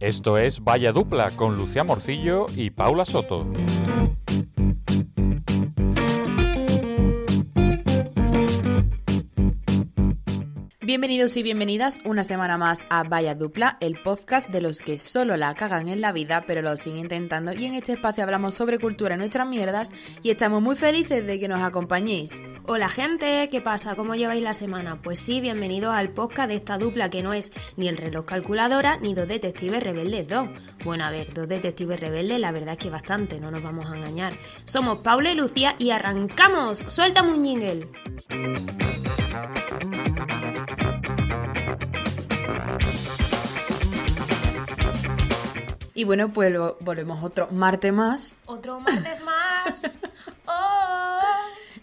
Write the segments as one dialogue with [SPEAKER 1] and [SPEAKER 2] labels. [SPEAKER 1] Esto es Vaya Dupla con Lucía Morcillo y Paula Soto.
[SPEAKER 2] Bienvenidos y bienvenidas una semana más a Vaya Dupla, el podcast de los que solo la cagan en la vida pero lo siguen intentando y en este espacio hablamos sobre cultura en nuestras mierdas y estamos muy felices de que nos acompañéis.
[SPEAKER 3] Hola gente, ¿qué pasa? ¿Cómo lleváis la semana? Pues sí, bienvenidos al podcast de esta dupla que no es ni el reloj calculadora ni dos detectives rebeldes 2. Bueno, a ver, dos detectives rebeldes la verdad es que bastante, no nos vamos a engañar. Somos Paula y Lucía y arrancamos. ¡Suéltame un jingle!
[SPEAKER 2] Y bueno, pues lo- volvemos otro martes más.
[SPEAKER 3] Otro martes más. Oh,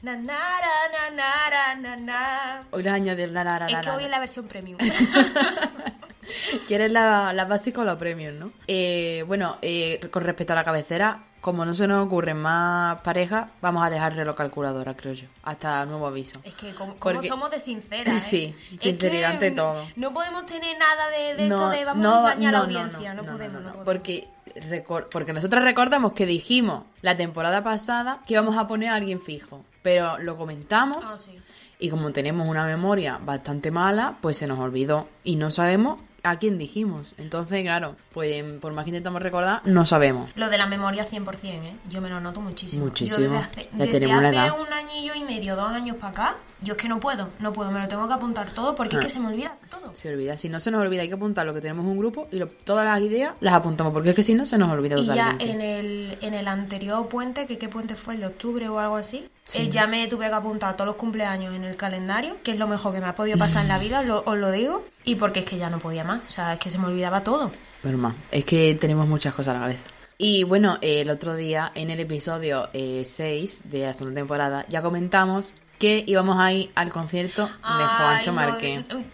[SPEAKER 3] na, na, ra, na, na, ra, na, na.
[SPEAKER 2] Hoy le añadir la la la
[SPEAKER 3] Es
[SPEAKER 2] la,
[SPEAKER 3] que
[SPEAKER 2] la,
[SPEAKER 3] hoy
[SPEAKER 2] la.
[SPEAKER 3] es la versión premium.
[SPEAKER 2] ¿Quieres la, la básica o la premium, no? Eh, bueno, eh, con respecto a la cabecera, como no se nos ocurren más parejas, vamos a dejar reloj calculadora, creo yo. Hasta nuevo aviso.
[SPEAKER 3] Es que como, como
[SPEAKER 2] Porque-
[SPEAKER 3] somos de sinceras. ¿eh?
[SPEAKER 2] Sí,
[SPEAKER 3] Es
[SPEAKER 2] sinceridad
[SPEAKER 3] que
[SPEAKER 2] ante
[SPEAKER 3] no-
[SPEAKER 2] todo.
[SPEAKER 3] No podemos tener nada de, de esto de vamos a engañar a la audiencia. No, podemos, no, podemos.
[SPEAKER 2] Porque, recor- porque nosotros recordamos que dijimos la temporada pasada que íbamos a poner a alguien fijo, pero lo comentamos
[SPEAKER 3] Ah, sí.
[SPEAKER 2] y como tenemos una memoria bastante mala, pues se nos olvidó y no sabemos a quién dijimos. Entonces, claro, pues por más que intentamos recordar, no sabemos.
[SPEAKER 3] Lo de la memoria 100%, ¿eh? Yo me lo noto muchísimo.
[SPEAKER 2] Muchísimo.
[SPEAKER 3] Yo desde hace,
[SPEAKER 2] Ya
[SPEAKER 3] desde
[SPEAKER 2] tenemos una
[SPEAKER 3] hace
[SPEAKER 2] edad.
[SPEAKER 3] un añillo y medio, dos años para acá, yo es que no puedo, no puedo, me lo tengo que apuntar todo porque
[SPEAKER 2] Ah.
[SPEAKER 3] es que se me olvida todo.
[SPEAKER 2] Se olvida, si no se nos olvida, hay que apuntar lo que tenemos en un grupo y lo- todas las ideas las apuntamos, porque es que si no se nos olvida
[SPEAKER 3] Y ya
[SPEAKER 2] totalmente.
[SPEAKER 3] en el, en el anterior puente, que qué puente fue, el de octubre o algo así, eh, ya me tuve que apuntar todos los cumpleaños en el calendario, que es lo mejor que me ha podido pasar en la vida, lo- os lo digo, y porque es que ya no podía más, o sea, es que se me olvidaba todo.
[SPEAKER 2] Normal, es que tenemos muchas cosas a la cabeza. Y bueno, eh, el otro día en el episodio eh, 6 de la segunda temporada ya comentamos que íbamos a ir al concierto de Juancho
[SPEAKER 3] no,
[SPEAKER 2] Márquez.
[SPEAKER 3] eh,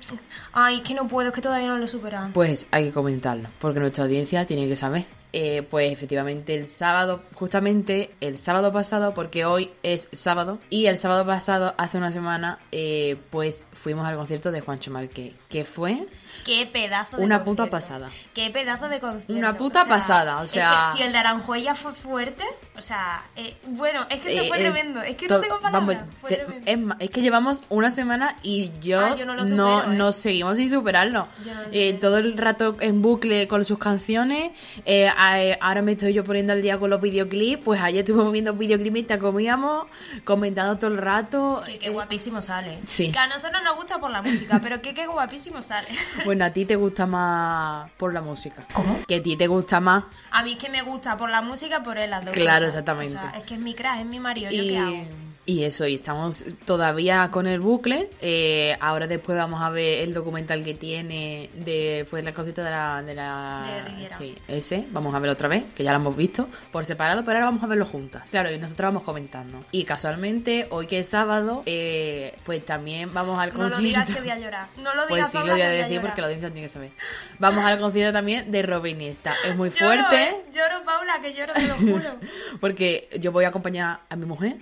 [SPEAKER 3] ay, es que no puedo, es que todavía no lo he superado.
[SPEAKER 2] Pues hay que comentarlo, porque nuestra audiencia tiene que saber. Eh, pues efectivamente el sábado, justamente el sábado pasado, porque hoy es sábado, y el sábado pasado, hace una semana, eh, pues fuimos al concierto de Juancho Márquez, que fue...
[SPEAKER 3] Qué pedazo de
[SPEAKER 2] Una puta
[SPEAKER 3] concierto.
[SPEAKER 2] pasada.
[SPEAKER 3] Qué pedazo de concierto.
[SPEAKER 2] Una puta pasada, o
[SPEAKER 3] es
[SPEAKER 2] sea-
[SPEAKER 3] que si el de Aranjuez ya fue fuerte, o sea, eh, bueno, es que esto
[SPEAKER 2] Eh,
[SPEAKER 3] fue
[SPEAKER 2] eh,
[SPEAKER 3] tremendo. Es que
[SPEAKER 2] todo-
[SPEAKER 3] no tengo palabras.
[SPEAKER 2] vamos,
[SPEAKER 3] fue
[SPEAKER 2] te-
[SPEAKER 3] tremendo.
[SPEAKER 2] es, ma- es que llevamos una semana y yo,
[SPEAKER 3] Ah, yo no lo
[SPEAKER 2] no,
[SPEAKER 3] supero, ¿eh?
[SPEAKER 2] no seguimos sin superarlo.
[SPEAKER 3] Yo no lo
[SPEAKER 2] Eh,
[SPEAKER 3] supero.
[SPEAKER 2] todo el rato en bucle con sus canciones. eh, a- eh, ahora me estoy yo poniendo al día con los videoclips. Pues ayer estuvimos viendo videoclips mientras comíamos, comentando todo el rato.
[SPEAKER 3] Que
[SPEAKER 2] eh,
[SPEAKER 3] qué guapísimo sale.
[SPEAKER 2] sí.
[SPEAKER 3] Que a nosotros nos gusta por la música, pero que qué guapísimo sale.
[SPEAKER 2] bueno, a ti te gusta más por la música.
[SPEAKER 3] ¿Cómo?
[SPEAKER 2] Que a ti te gusta más.
[SPEAKER 3] A mí es que me gusta por la música, por él las dos
[SPEAKER 2] Claro,
[SPEAKER 3] cosas.
[SPEAKER 2] exactamente.
[SPEAKER 3] O sea, es que es mi crash, es mi marido, ¿yo
[SPEAKER 2] y,
[SPEAKER 3] qué hago?
[SPEAKER 2] y eso, y estamos todavía con el bucle. Eh, ahora después vamos a ver el documental que tiene de fue la cosita de la de la
[SPEAKER 3] De Riviera.
[SPEAKER 2] sí, ese, vamos a verlo otra vez, que ya lo hemos visto por separado, pero ahora vamos a verlo juntas. Claro, y nosotros vamos comentando. Y casualmente hoy que es sábado, eh, pues también vamos al
[SPEAKER 3] No
[SPEAKER 2] concierto.
[SPEAKER 3] lo digas que voy a llorar. No lo
[SPEAKER 2] Pues
[SPEAKER 3] digas
[SPEAKER 2] sí, lo
[SPEAKER 3] Paula,
[SPEAKER 2] voy a
[SPEAKER 3] que
[SPEAKER 2] decir
[SPEAKER 3] llorar.
[SPEAKER 2] porque la audiencia tiene que saber. Vamos al concierto también de Robin Iniesta. Es muy
[SPEAKER 3] Lloro,
[SPEAKER 2] fuerte.
[SPEAKER 3] ¿eh? Lloro, Paula, que lloro, te lo juro.
[SPEAKER 2] Porque yo voy a acompañar a mi mujer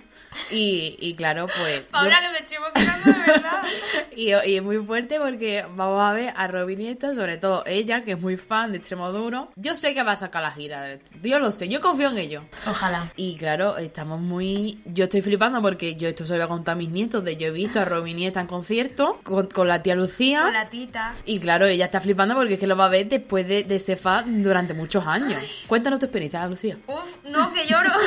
[SPEAKER 2] y, y claro, pues... yo-
[SPEAKER 3] Paula, que me estoy emocionando de verdad.
[SPEAKER 2] y, y es muy fuerte porque vamos a ver a Robin Nieta, sobre todo ella, que es muy fan de Extremoduro. Yo sé que va a sacar la gira, yo lo sé, yo confío en ello.
[SPEAKER 3] Ojalá.
[SPEAKER 2] Y claro, estamos muy... Yo estoy flipando porque yo esto se lo voy a contar a mis nietos, de yo he visto a Robin Nieta en concierto con, con la tía Lucía.
[SPEAKER 3] Con la tita.
[SPEAKER 2] Y claro, ella está flipando porque es que lo va a ver después de, de ser fan durante muchos años. Cuéntanos tu experiencia, Lucía.
[SPEAKER 3] Uf, no, que lloro.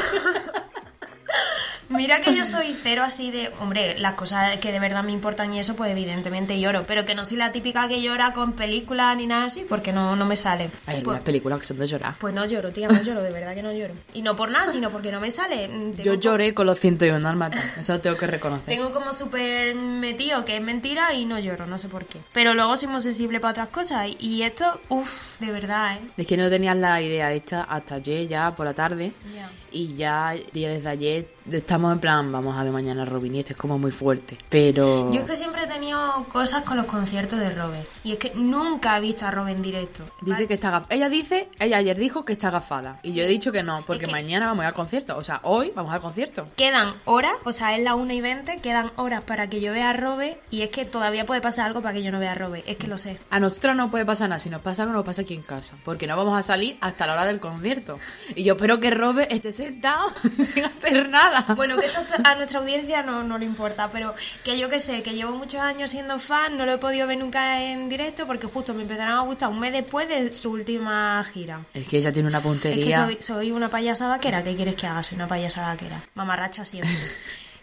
[SPEAKER 3] Mira que yo soy cero así de, hombre, las cosas que de verdad me importan y eso, pues evidentemente lloro, pero que no soy la típica que llora con películas ni nada así, porque no, no me sale.
[SPEAKER 2] Hay
[SPEAKER 3] pues,
[SPEAKER 2] algunas películas que son de llorar.
[SPEAKER 3] pues no lloro, tía, no lloro, de verdad que no lloro. Y no por nada, sino porque no me sale. Mm, tengo
[SPEAKER 2] Yo
[SPEAKER 3] co-
[SPEAKER 2] lloré con los 101 dálmatas, eso lo tengo que reconocer.
[SPEAKER 3] Tengo como súper metido que es mentira y no lloro, no sé por qué. Pero luego soy muy sensible para otras cosas y- y esto, uff, de verdad, ¿eh?
[SPEAKER 2] Es que no tenías la idea hecha hasta ayer, ya por la tarde.
[SPEAKER 3] Ya.
[SPEAKER 2] Y ya, ya desde ayer estamos en plan, vamos a ver mañana a Robin y este es como muy fuerte. Pero.
[SPEAKER 3] Yo es que siempre he tenido cosas con los conciertos de Robin. Y es que nunca he visto a Robin en directo.
[SPEAKER 2] Dice que está gaf- Ella dice, ella ayer dijo que está gafada. Y yo he dicho que no, porque
[SPEAKER 3] que-
[SPEAKER 2] mañana vamos a ir al concierto. O sea, hoy vamos al concierto.
[SPEAKER 3] Quedan horas, o sea, es la 1 y 20, quedan horas para que yo vea a Robe y es que todavía puede pasar algo para que yo no vea a Robe, es que lo sé.
[SPEAKER 2] A nosotros no puede pasar nada. Si nos pasa algo, nos pasa aquí en casa. Porque no vamos a salir hasta la hora del concierto. Y yo espero que Robert esté sentado sin hacer nada.
[SPEAKER 3] Bueno, que esto a nuestra audiencia no, no le importa, pero que yo que sé, que llevo muchos años siendo fan, no lo he podido ver nunca en directo porque justo me empezaron a gustar un mes después de su última gira.
[SPEAKER 2] Es que ella tiene una
[SPEAKER 3] Es que
[SPEAKER 2] puntería.
[SPEAKER 3] soy, soy una payasa vaquera. ¿Qué quieres que haga? Soy una payasa vaquera. Mamarracha siempre.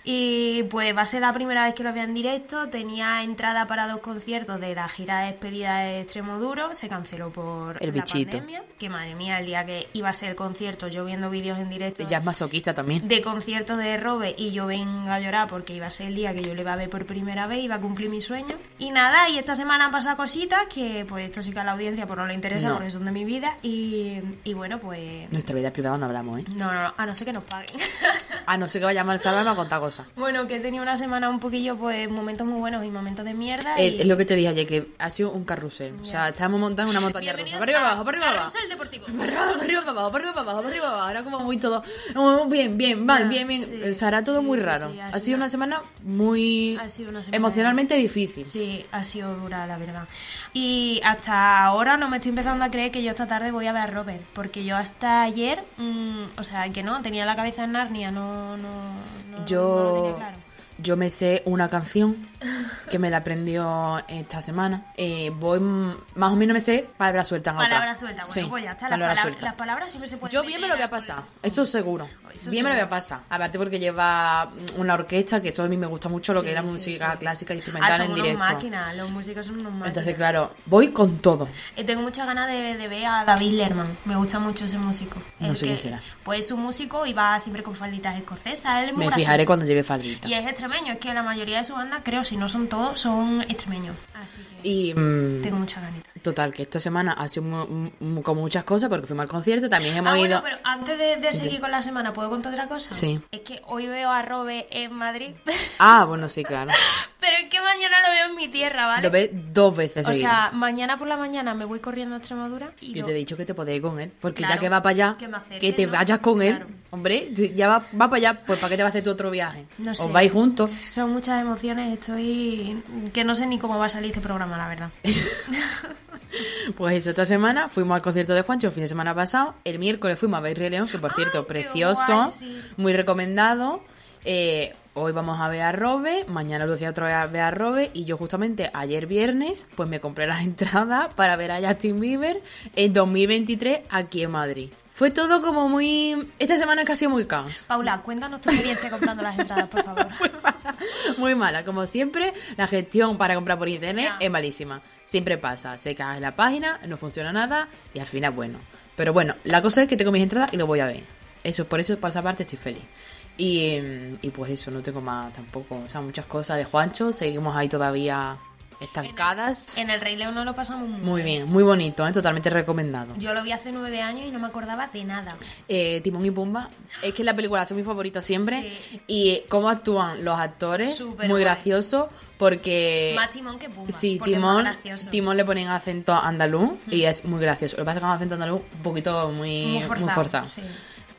[SPEAKER 3] Y pues va a ser la primera vez que lo vea en directo. Tenía entrada para dos conciertos de la gira de despedida de Extremo Duro. Se canceló por
[SPEAKER 2] El
[SPEAKER 3] la
[SPEAKER 2] bichito.
[SPEAKER 3] pandemia. Que madre mía, el día que iba a ser el concierto, yo viendo vídeos en directo
[SPEAKER 2] Ella es masoquista también.
[SPEAKER 3] de concierto de Robe y yo venga a llorar porque iba a ser el día que yo le iba a ver por primera vez, iba a cumplir mi sueño. Y nada, y esta semana han pasado cositas que pues esto sí que a la audiencia pues no le interesa
[SPEAKER 2] No.
[SPEAKER 3] porque son de mi vida y, y bueno pues...
[SPEAKER 2] Nuestra vida privada no hablamos, ¿eh?
[SPEAKER 3] No, no, no, a no ser que nos paguen.
[SPEAKER 2] A no ser que vaya a sábado y me va a contar cosas.
[SPEAKER 3] bueno, que he tenido una semana un poquillo pues momentos muy buenos y momentos de mierda.
[SPEAKER 2] Eh,
[SPEAKER 3] y...
[SPEAKER 2] Es lo que te dije ayer, que ha sido un carrusel. O sea, estábamos montando una montaña rusa.
[SPEAKER 3] Bienvenidos
[SPEAKER 2] Para arriba,
[SPEAKER 3] a
[SPEAKER 2] abajo, para arriba, abajo.
[SPEAKER 3] Carrusel Deportivo.
[SPEAKER 2] Para arriba, para arriba, para abajo, para arriba, para abajo, para arriba, para abajo. Era como muy todo. oh, Bien, bien, mal,
[SPEAKER 3] Ya,
[SPEAKER 2] bien, bien.
[SPEAKER 3] sí.
[SPEAKER 2] o sea, era todo
[SPEAKER 3] Sí,
[SPEAKER 2] muy
[SPEAKER 3] sí,
[SPEAKER 2] raro.
[SPEAKER 3] sí, ha
[SPEAKER 2] ha sido
[SPEAKER 3] sido-
[SPEAKER 2] una semana muy.
[SPEAKER 3] ha sido una semana-
[SPEAKER 2] emocionalmente difícil.
[SPEAKER 3] Sí, ha sido dura, la verdad. Y hasta ahora no me estoy empezando a creer que yo esta tarde voy a ver a Robert, porque yo hasta ayer, mm, o sea, que no, tenía la cabeza en Narnia, no, no, no- no lo
[SPEAKER 2] Yo,
[SPEAKER 3] tenía claro.
[SPEAKER 2] yo me sé una canción que me la aprendió esta semana. Eh, voy mm, más o menos me sé palabras sueltas. en otra.
[SPEAKER 3] Palabra suelta, bueno,
[SPEAKER 2] Sí,
[SPEAKER 3] pues ya está, las,
[SPEAKER 2] palabra
[SPEAKER 3] palab-
[SPEAKER 2] suelta.
[SPEAKER 3] las palabras siempre se pueden...
[SPEAKER 2] Yo bien me lo voy a
[SPEAKER 3] rellenar
[SPEAKER 2] pasar,
[SPEAKER 3] con-
[SPEAKER 2] eso seguro.
[SPEAKER 3] Eso
[SPEAKER 2] bien me lo voy
[SPEAKER 3] seguro.
[SPEAKER 2] a pasar. Aparte porque lleva una orquesta, que eso a mí me gusta mucho lo
[SPEAKER 3] Sí,
[SPEAKER 2] que era
[SPEAKER 3] sí,
[SPEAKER 2] música
[SPEAKER 3] sí.
[SPEAKER 2] clásica y
[SPEAKER 3] Ah,
[SPEAKER 2] instrumental
[SPEAKER 3] son
[SPEAKER 2] en
[SPEAKER 3] unos
[SPEAKER 2] directo.
[SPEAKER 3] máquinas, los músicos son unos máquinas.
[SPEAKER 2] Entonces, claro, voy con todo.
[SPEAKER 3] Eh, tengo muchas ganas de, de ver a David Lerman. Me gusta mucho ese músico.
[SPEAKER 2] No
[SPEAKER 3] El
[SPEAKER 2] sé
[SPEAKER 3] que-
[SPEAKER 2] quién será.
[SPEAKER 3] Pues es un músico y va siempre con falditas escocesas. Él es muy
[SPEAKER 2] Me
[SPEAKER 3] gracioso.
[SPEAKER 2] fijaré cuando lleve faldita.
[SPEAKER 3] Y eh, es extremeño, es que la mayoría de su banda, creo, si no son todos, son extremeños. Así que
[SPEAKER 2] Y mm,
[SPEAKER 3] tengo muchas ganitas.
[SPEAKER 2] total, que esta semana ha sido mu- mu- con muchas cosas porque fuimos al concierto, también hemos
[SPEAKER 3] Ah,
[SPEAKER 2] ido...
[SPEAKER 3] bueno, pero antes de, de seguir con la semana, ¿puedo contar otra cosa?
[SPEAKER 2] Sí.
[SPEAKER 3] Es que hoy veo a Robe en Madrid,
[SPEAKER 2] Ah, bueno, sí, claro.
[SPEAKER 3] pero es que mañana lo veo en mi tierra, ¿vale?
[SPEAKER 2] Lo ves dos veces
[SPEAKER 3] o
[SPEAKER 2] seguidas.
[SPEAKER 3] sea, mañana por la mañana me voy corriendo a Extremadura y
[SPEAKER 2] Yo
[SPEAKER 3] lo-
[SPEAKER 2] te he dicho que te podéis ir con él, porque ya
[SPEAKER 3] Claro,
[SPEAKER 2] que va para allá,
[SPEAKER 3] que me acerque,
[SPEAKER 2] que te
[SPEAKER 3] ¿no?
[SPEAKER 2] vayas con
[SPEAKER 3] Claro.
[SPEAKER 2] él. Hombre, si ya va, va para allá, pues ¿para qué te va a hacer tu otro viaje?
[SPEAKER 3] No sé.
[SPEAKER 2] Os vais juntos.
[SPEAKER 3] Son muchas emociones, estoy... que no sé ni cómo va a salir este programa, la verdad.
[SPEAKER 2] Pues eso, esta semana fuimos al concierto de Juancho el fin de semana pasado. El miércoles fuimos a ver Rey León, que por
[SPEAKER 3] Ay,
[SPEAKER 2] cierto,
[SPEAKER 3] qué
[SPEAKER 2] precioso,
[SPEAKER 3] guay, sí.
[SPEAKER 2] muy recomendado. Eh, hoy vamos a ver a Robe, mañana Lucía otra vez a ver a Robe. Y yo justamente ayer viernes, pues me compré las entradas para ver a Justin Bieber en 2023 aquí en Madrid. Fue todo como muy... Esta semana es que ha sido muy caos.
[SPEAKER 3] Paula, cuéntanos tu experiencia comprando las entradas, por favor.
[SPEAKER 2] Pues- Muy mala, como siempre, la gestión para comprar por internet
[SPEAKER 3] Ya.
[SPEAKER 2] es malísima. Siempre pasa, se cae la página, no funciona nada y al final bueno. Pero bueno, la cosa es que tengo mis entradas y lo voy a ver. Eso, por eso, por esa parte estoy feliz. Y, mm, y pues eso, no tengo más tampoco. O sea, muchas cosas de Juancho, seguimos ahí todavía estancadas.
[SPEAKER 3] En el Rey León no lo pasamos muy
[SPEAKER 2] Muy bien, muy bonito, ¿eh? totalmente recomendado.
[SPEAKER 3] Yo lo vi hace nueve años y no me acordaba de nada.
[SPEAKER 2] Eh, Timón y Pumba, es que la película son mis favoritos siempre.
[SPEAKER 3] Sí.
[SPEAKER 2] Y eh, cómo actúan los actores,
[SPEAKER 3] Súper
[SPEAKER 2] muy
[SPEAKER 3] guay.
[SPEAKER 2] gracioso, porque...
[SPEAKER 3] más Timón que Pumba.
[SPEAKER 2] Eh, Sí,
[SPEAKER 3] porque es más
[SPEAKER 2] Timón,
[SPEAKER 3] gracioso.
[SPEAKER 2] Timón le ponen acento andaluz y es muy gracioso. Lo que pasa es que con acento andaluz un poquito eh, muy,
[SPEAKER 3] Muy forzado, sí.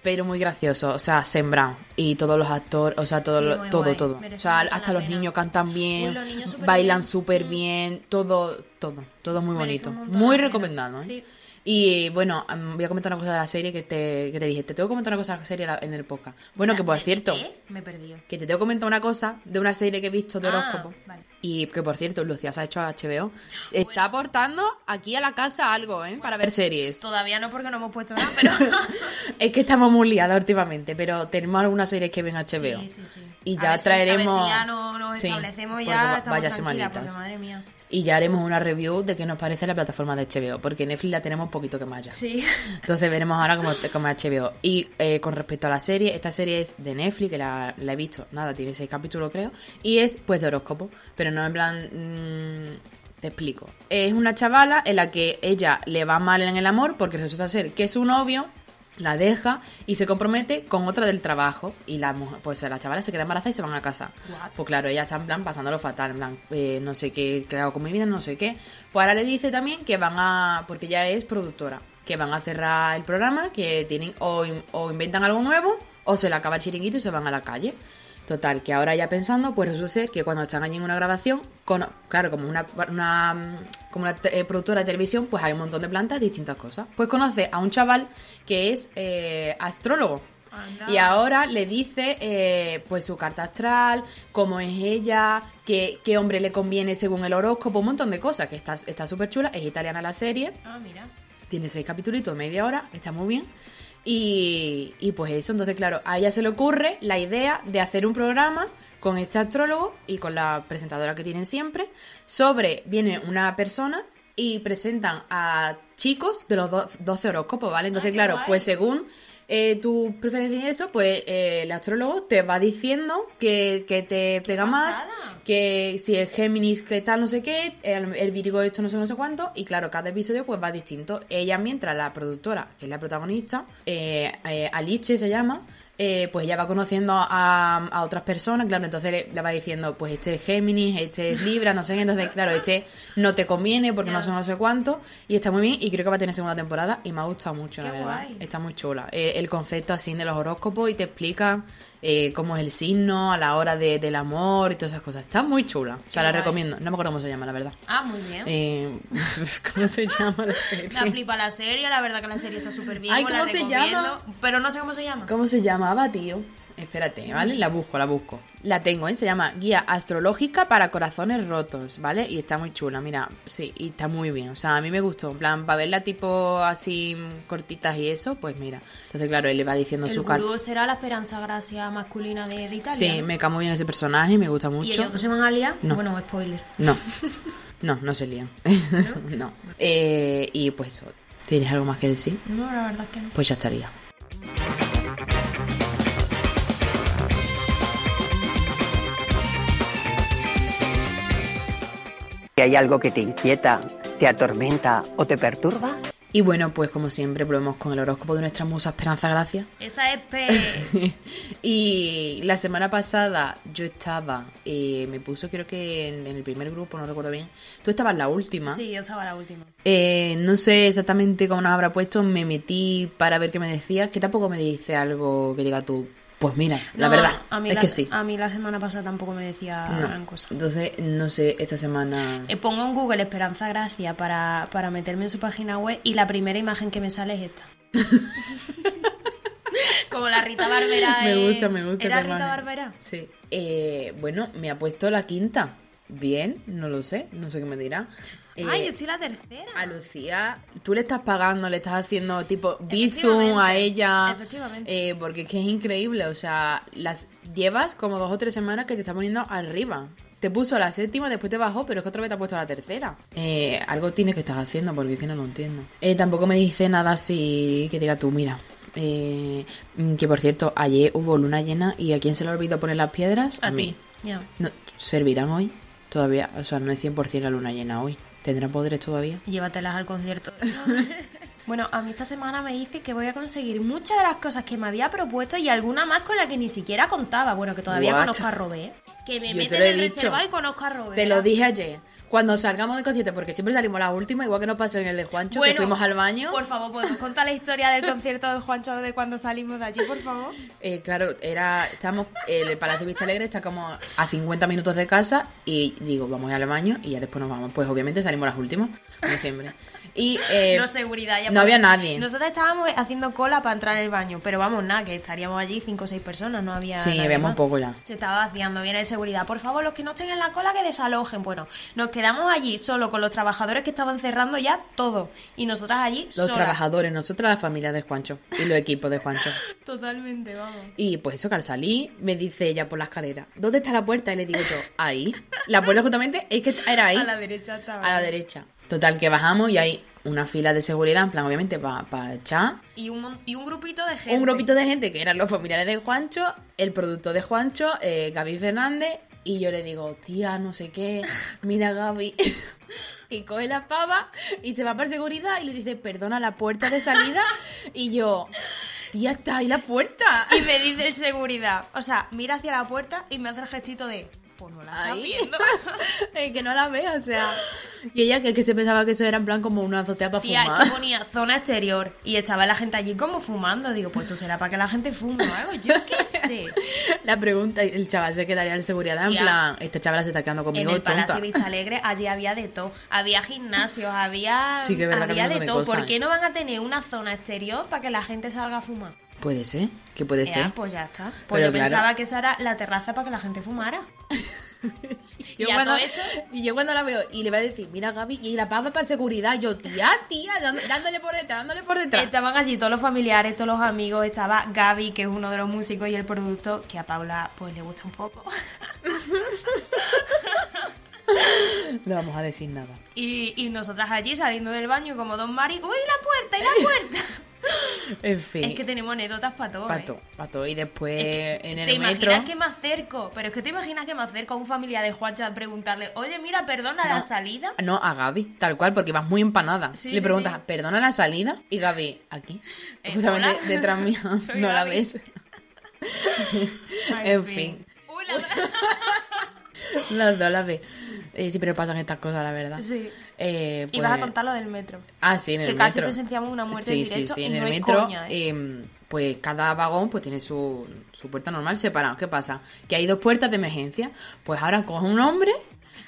[SPEAKER 2] Pero muy gracioso, o sea, sembran. Y todos los actores, o sea, todo,
[SPEAKER 3] Sí,
[SPEAKER 2] lo-
[SPEAKER 3] muy
[SPEAKER 2] todo,
[SPEAKER 3] guay.
[SPEAKER 2] todo.
[SPEAKER 3] Merece
[SPEAKER 2] O sea,
[SPEAKER 3] mucho
[SPEAKER 2] hasta
[SPEAKER 3] la
[SPEAKER 2] los
[SPEAKER 3] pena.
[SPEAKER 2] niños cantan bien,
[SPEAKER 3] Uy, los niños súper
[SPEAKER 2] bailan
[SPEAKER 3] bien.
[SPEAKER 2] súper
[SPEAKER 3] Mm.
[SPEAKER 2] bien, todo, todo, todo muy
[SPEAKER 3] Merece
[SPEAKER 2] bonito.
[SPEAKER 3] un montón
[SPEAKER 2] Muy
[SPEAKER 3] la pena.
[SPEAKER 2] recomendado, ¿eh?
[SPEAKER 3] Sí.
[SPEAKER 2] Y bueno, am, voy a comentar una cosa de la serie que te, que te dije. Te tengo que comentar una cosa de la serie la- en el podcast. Bueno, que por
[SPEAKER 3] ¿Eh?
[SPEAKER 2] cierto,
[SPEAKER 3] Me he perdido.
[SPEAKER 2] que te tengo que comentar una cosa de una serie que he visto de
[SPEAKER 3] Ah,
[SPEAKER 2] horóscopo.
[SPEAKER 3] vale.
[SPEAKER 2] Y que por cierto, Lucía se ha hecho a HBO. Está aportando aquí a la casa algo, ¿eh? para ver series.
[SPEAKER 3] Todavía no porque no hemos puesto nada, pero...
[SPEAKER 2] Es que estamos muy liadas últimamente, pero tenemos algunas series que ven HBO.
[SPEAKER 3] sí, sí, sí.
[SPEAKER 2] Y
[SPEAKER 3] A
[SPEAKER 2] ya
[SPEAKER 3] ver si-
[SPEAKER 2] traeremos-
[SPEAKER 3] a ver si ya no- nos
[SPEAKER 2] Sí,
[SPEAKER 3] establecemos
[SPEAKER 2] porque
[SPEAKER 3] ya,
[SPEAKER 2] va-
[SPEAKER 3] estamos
[SPEAKER 2] vaya
[SPEAKER 3] tranquilas,
[SPEAKER 2] semanitas.
[SPEAKER 3] porque madre mía.
[SPEAKER 2] Y ya haremos una review de qué nos parece la plataforma de HBO, porque Netflix la tenemos un poquito que más ya.
[SPEAKER 3] Sí.
[SPEAKER 2] Entonces veremos ahora cómo, cómo es HBO. Y eh, con respecto a la serie, esta serie es de Netflix, que la, la he visto, nada, tiene seis capítulos creo, y es pues de horóscopo, pero no en plan... mm, te explico. Es una chavala en la que ella le va mal en el amor porque resulta ser que su novio la deja y se compromete con otra del trabajo y la mujer- pues la chavala se queda embarazada y se van a casa.
[SPEAKER 3] What?
[SPEAKER 2] Pues claro, ella está en plan pasándolo fatal, en plan, eh, no sé qué, qué hago con mi vida, no sé qué. Pues ahora le dice también que van a, porque ella es productora, que van a cerrar el programa, que tienen o, in- o inventan algo nuevo o se le acaba el chiringuito y se van a la calle. Total, que ahora ya pensando, pues resulta ser que cuando están allí en una grabación, cono- claro, como una, una, mm, como una te- eh, productora de televisión, pues hay un montón de plantas, distintas cosas. Pues conoce a un chaval que es eh, astrólogo.
[SPEAKER 3] Anda.
[SPEAKER 2] Y ahora le dice eh, pues su carta astral, cómo es ella, qué, qué hombre le conviene según el horóscopo, un montón de cosas, que está está súper chula, es italiana la serie,
[SPEAKER 3] Ah, mira.
[SPEAKER 2] tiene seis capítulos, media hora, está muy bien. Y, y pues eso, entonces claro, a ella se le ocurre la idea de hacer un programa con este astrólogo y con la presentadora que tienen siempre, sobre, viene una persona y presentan a chicos de los do- 12 horóscopos, ¿vale? Entonces
[SPEAKER 3] Ah, qué
[SPEAKER 2] claro,
[SPEAKER 3] guay.
[SPEAKER 2] pues según eh, tu preferencia y eso, pues eh, el astrólogo te va diciendo que, que te pega más,
[SPEAKER 3] pasada!
[SPEAKER 2] que si es Géminis que tal no sé qué, el, el Virgo esto no sé no sé cuánto, y claro, cada episodio pues va distinto. Ella mientras la productora, que es la protagonista, eh, eh, Alice se llama, eh, pues ella va conociendo a, a otras personas, claro, entonces le, le va diciendo, pues este es Géminis, este es Libra, no sé qué, entonces claro, este no te conviene porque no
[SPEAKER 3] Ya.
[SPEAKER 2] sé no sé cuánto, y está muy bien, y creo que va a tener segunda temporada, y me ha gustado mucho,
[SPEAKER 3] Qué
[SPEAKER 2] la verdad.
[SPEAKER 3] guay.
[SPEAKER 2] Está muy chula. Eh, el concepto así de los horóscopos y te explica eh, cómo es el signo a la hora de- del amor y todas esas cosas. Está muy chula. O sea,
[SPEAKER 3] Qué
[SPEAKER 2] la
[SPEAKER 3] guay.
[SPEAKER 2] recomiendo. No me acuerdo cómo se llama, la verdad.
[SPEAKER 3] Ah, muy bien.
[SPEAKER 2] Eh, ¿Cómo se llama la serie?
[SPEAKER 3] Me flipa la serie, la verdad que la serie está súper bien.
[SPEAKER 2] Ay,
[SPEAKER 3] os la
[SPEAKER 2] ¿cómo se
[SPEAKER 3] recomiendo,
[SPEAKER 2] llama?
[SPEAKER 3] Pero no sé cómo se llama.
[SPEAKER 2] ¿Cómo se llamaba, tío? Espérate, ¿vale? La busco, la busco. La tengo, ¿eh? Se llama Guía Astrológica para Corazones Rotos, ¿vale? Y está muy chula, mira. Sí, y está muy bien. O sea, a mí me gustó. En plan, para verla tipo así mm, cortitas y eso, pues mira. Entonces, claro, él le va diciendo
[SPEAKER 3] El
[SPEAKER 2] su carta.
[SPEAKER 3] gurú será la esperanza gracia masculina de, de Italia.
[SPEAKER 2] Sí,
[SPEAKER 3] ¿no?
[SPEAKER 2] me cae muy bien ese personaje, me gusta
[SPEAKER 3] ¿Y
[SPEAKER 2] mucho.
[SPEAKER 3] ellos no se van a liar?
[SPEAKER 2] No.
[SPEAKER 3] Bueno, spoiler.
[SPEAKER 2] No, no, no se lían. no. Eh, y pues, eso. ¿tienes algo más que decir?
[SPEAKER 3] No, la verdad es que no.
[SPEAKER 2] Pues ya estaría.
[SPEAKER 4] ¿Que hay algo que te inquieta, te atormenta o te perturba?
[SPEAKER 2] Y bueno, pues como siempre, volvemos con el horóscopo de nuestra musa Esperanza Gracia.
[SPEAKER 3] Esa es pe-
[SPEAKER 2] y la semana pasada yo estaba, eh, me puso creo que en, en el primer grupo, no recuerdo bien. Tú estabas en la última.
[SPEAKER 3] Sí, yo estaba la última.
[SPEAKER 2] Eh, no sé exactamente cómo nos habrá puesto, me metí para ver qué me decías, que tampoco me dice algo que diga tú, pues mira, la
[SPEAKER 3] No,
[SPEAKER 2] verdad,
[SPEAKER 3] a mí
[SPEAKER 2] es
[SPEAKER 3] la,
[SPEAKER 2] que sí.
[SPEAKER 3] A mí la semana pasada tampoco me decía
[SPEAKER 2] No.
[SPEAKER 3] gran cosa.
[SPEAKER 2] Entonces, no sé, esta semana...
[SPEAKER 3] Eh, Pongo en Google Esperanza Gracia para, para meterme en su página web y la primera imagen que me sale es esta. Como la Rita Barbera.
[SPEAKER 2] me
[SPEAKER 3] eh,
[SPEAKER 2] gusta, me gusta.
[SPEAKER 3] ¿Era
[SPEAKER 2] esa
[SPEAKER 3] Rita
[SPEAKER 2] imagen.
[SPEAKER 3] Barbera?
[SPEAKER 2] Sí. Eh, bueno, me ha puesto la quinta. Bien, no lo sé, no sé qué me dirá. Eh,
[SPEAKER 3] Ay, yo estoy la tercera.
[SPEAKER 2] a Lucía, tú le estás pagando, le estás haciendo tipo bizum
[SPEAKER 3] Efectivamente,
[SPEAKER 2] a ella.
[SPEAKER 3] efectivamente.
[SPEAKER 2] eh, porque es que es increíble, o sea, las llevas como dos o tres semanas que te está poniendo arriba. Te puso la séptima, después te bajó, pero es que otra vez te ha puesto la tercera. Eh, algo tienes que estar haciendo porque es que no lo entiendo. Eh, tampoco me dice nada así que diga tú, mira. eh, mm, que por cierto, ayer hubo luna llena y a quién se le olvidó poner las piedras?
[SPEAKER 3] A ti. Ya.
[SPEAKER 2] No, ¿Servirán hoy? Todavía, o sea, no es 100% la luna llena hoy. ¿Tendrán poderes todavía?
[SPEAKER 3] Llévatelas al concierto. bueno, a mí esta semana me dice que voy a conseguir muchas de las cosas que me había propuesto y alguna más con la que ni siquiera contaba. Bueno, que todavía
[SPEAKER 2] What?
[SPEAKER 3] conozco a Robé. Que me
[SPEAKER 2] Yo
[SPEAKER 3] meten
[SPEAKER 2] te lo he
[SPEAKER 3] en
[SPEAKER 2] dicho.
[SPEAKER 3] reserva y conozco a Robé.
[SPEAKER 2] Te lo dije ayer. Cuando salgamos de concierto, porque siempre salimos la última, igual que nos pasó en el de Juancho, que fuimos al baño.
[SPEAKER 3] Por favor, ¿podemos contar la historia del concierto de Juancho de cuando salimos de allí, por favor?
[SPEAKER 2] Eh, claro, era, estamos, el Palacio Vista Alegre está como a 50 minutos de casa y digo, vamos a ir al baño y ya después nos vamos. Pues obviamente salimos las últimas, como siempre. Y eh,
[SPEAKER 3] no seguridad. Ya
[SPEAKER 2] no
[SPEAKER 3] por-
[SPEAKER 2] había nadie.
[SPEAKER 3] Nosotros estábamos haciendo cola para entrar en el baño, pero vamos, nada, que estaríamos allí cinco o seis personas, no había
[SPEAKER 2] sí,
[SPEAKER 3] nadie
[SPEAKER 2] habíamos
[SPEAKER 3] más.
[SPEAKER 2] un poco ya.
[SPEAKER 3] Se estaba vaciando, viene de seguridad. Por favor, los que no estén en la cola, que desalojen. Bueno, nos quedamos allí solo con los trabajadores que estaban cerrando ya todo. Y nosotras allí
[SPEAKER 2] Los
[SPEAKER 3] solas.
[SPEAKER 2] trabajadores, nosotras la familia de Juancho y los equipos de Juancho.
[SPEAKER 3] Totalmente, vamos.
[SPEAKER 2] Y pues eso, que al salir, me dice ella por la escalera, ¿dónde está la puerta? Y le digo yo, ahí. La puerta justamente es que era ahí.
[SPEAKER 3] A la derecha estaba.
[SPEAKER 2] a la derecha. Total, que bajamos y hay una fila de seguridad, en plan, obviamente, para echar.
[SPEAKER 3] Y un, mon- y un grupito de gente.
[SPEAKER 2] Un grupito de gente que eran los familiares de Juancho, el productor de Juancho, eh, Gaby Fernández, Y yo le digo, tía, no sé qué, mira Gaby. Y coge la pava y se va para seguridad y le dice, perdona la puerta de salida. Y yo, tía, está ahí la puerta.
[SPEAKER 3] Y me dice el seguridad. O sea, mira hacia la puerta y me hace el gestito de. Pues no la está
[SPEAKER 2] Ahí.
[SPEAKER 3] viendo.
[SPEAKER 2] Eh, que no la ve, o sea. Y ella que, que se pensaba que eso era en plan como una azotea para
[SPEAKER 3] Tía,
[SPEAKER 2] fumar.
[SPEAKER 3] es que ponía zona exterior y estaba la gente allí como fumando. Digo, pues tú será para que la gente fume o algo. Yo qué sé.
[SPEAKER 2] La pregunta, el chaval se quedaría en seguridad, en
[SPEAKER 3] Tía.
[SPEAKER 2] plan, esta chavala se está quedando
[SPEAKER 3] En
[SPEAKER 2] conmigo,
[SPEAKER 3] el Palacio
[SPEAKER 2] tonta.
[SPEAKER 3] Vista Alegre allí había de todo. Había gimnasios, había,
[SPEAKER 2] Sí, que es verdad que
[SPEAKER 3] había
[SPEAKER 2] había un
[SPEAKER 3] de
[SPEAKER 2] montón
[SPEAKER 3] todo.
[SPEAKER 2] de
[SPEAKER 3] ¿Por
[SPEAKER 2] cosas,
[SPEAKER 3] qué
[SPEAKER 2] ¿eh?
[SPEAKER 3] no van a tener una zona exterior para que la gente salga a fumar?
[SPEAKER 2] Puede ser, que puede
[SPEAKER 3] Eh,
[SPEAKER 2] ser.
[SPEAKER 3] pues ya está. Pues
[SPEAKER 2] Pero
[SPEAKER 3] yo
[SPEAKER 2] claro.
[SPEAKER 3] pensaba que esa era la terraza para que la gente fumara.
[SPEAKER 2] Yo
[SPEAKER 3] ¿Y a
[SPEAKER 2] cuando,
[SPEAKER 3] todo esto?
[SPEAKER 2] y yo cuando la veo y le va a decir, mira Gaby, y la pava para seguridad, yo, tía, tía, dando- dándole por detrás, dándole por detrás.
[SPEAKER 3] Estaban allí todos los familiares, todos los amigos. Estaba Gaby, que es uno de los músicos y el producto, que a Paula pues le gusta un poco.
[SPEAKER 2] No vamos a decir nada.
[SPEAKER 3] Y, y nosotras allí saliendo del baño como Don Mari. ¡Uy, la puerta! ¡Y la puerta!
[SPEAKER 2] En fin.
[SPEAKER 3] Es que tenemos anécdotas para todo. ¿eh?
[SPEAKER 2] Pato, pato, y después Eh, en
[SPEAKER 3] ¿Te
[SPEAKER 2] el metro.
[SPEAKER 3] imaginas que me acerco? Pero es que te imaginas que me acerco a un familiar de Juancha a preguntarle, oye, mira, perdona la
[SPEAKER 2] No.
[SPEAKER 3] salida.
[SPEAKER 2] No, a Gaby, tal cual, porque vas muy empanada.
[SPEAKER 3] Sí,
[SPEAKER 2] Le
[SPEAKER 3] sí,
[SPEAKER 2] preguntas,
[SPEAKER 3] sí.
[SPEAKER 2] ¿perdona la salida? Y Gaby, aquí.
[SPEAKER 3] Eh,
[SPEAKER 2] justamente
[SPEAKER 3] hola.
[SPEAKER 2] detrás mía.
[SPEAKER 3] Soy
[SPEAKER 2] no la
[SPEAKER 3] Gaby.
[SPEAKER 2] ves.
[SPEAKER 3] Ay,
[SPEAKER 2] en fin.
[SPEAKER 3] Uy, la-
[SPEAKER 2] Las dos las ves. Eh, siempre pasan estas cosas, la verdad.
[SPEAKER 3] Sí.
[SPEAKER 2] Eh,
[SPEAKER 3] Y vas a
[SPEAKER 2] pues-
[SPEAKER 3] contar lo del metro.
[SPEAKER 2] Ah, sí, en el
[SPEAKER 3] Que
[SPEAKER 2] metro.
[SPEAKER 3] casi presenciamos una muerte
[SPEAKER 2] sí,
[SPEAKER 3] en
[SPEAKER 2] Sí,
[SPEAKER 3] directo
[SPEAKER 2] sí,
[SPEAKER 3] y
[SPEAKER 2] en
[SPEAKER 3] no
[SPEAKER 2] el
[SPEAKER 3] es
[SPEAKER 2] metro.
[SPEAKER 3] coña, ¿eh?
[SPEAKER 2] em, pues cada vagón pues tiene su, su puerta normal separada. ¿Qué pasa? Que hay dos puertas de emergencia. Pues ahora coge un hombre,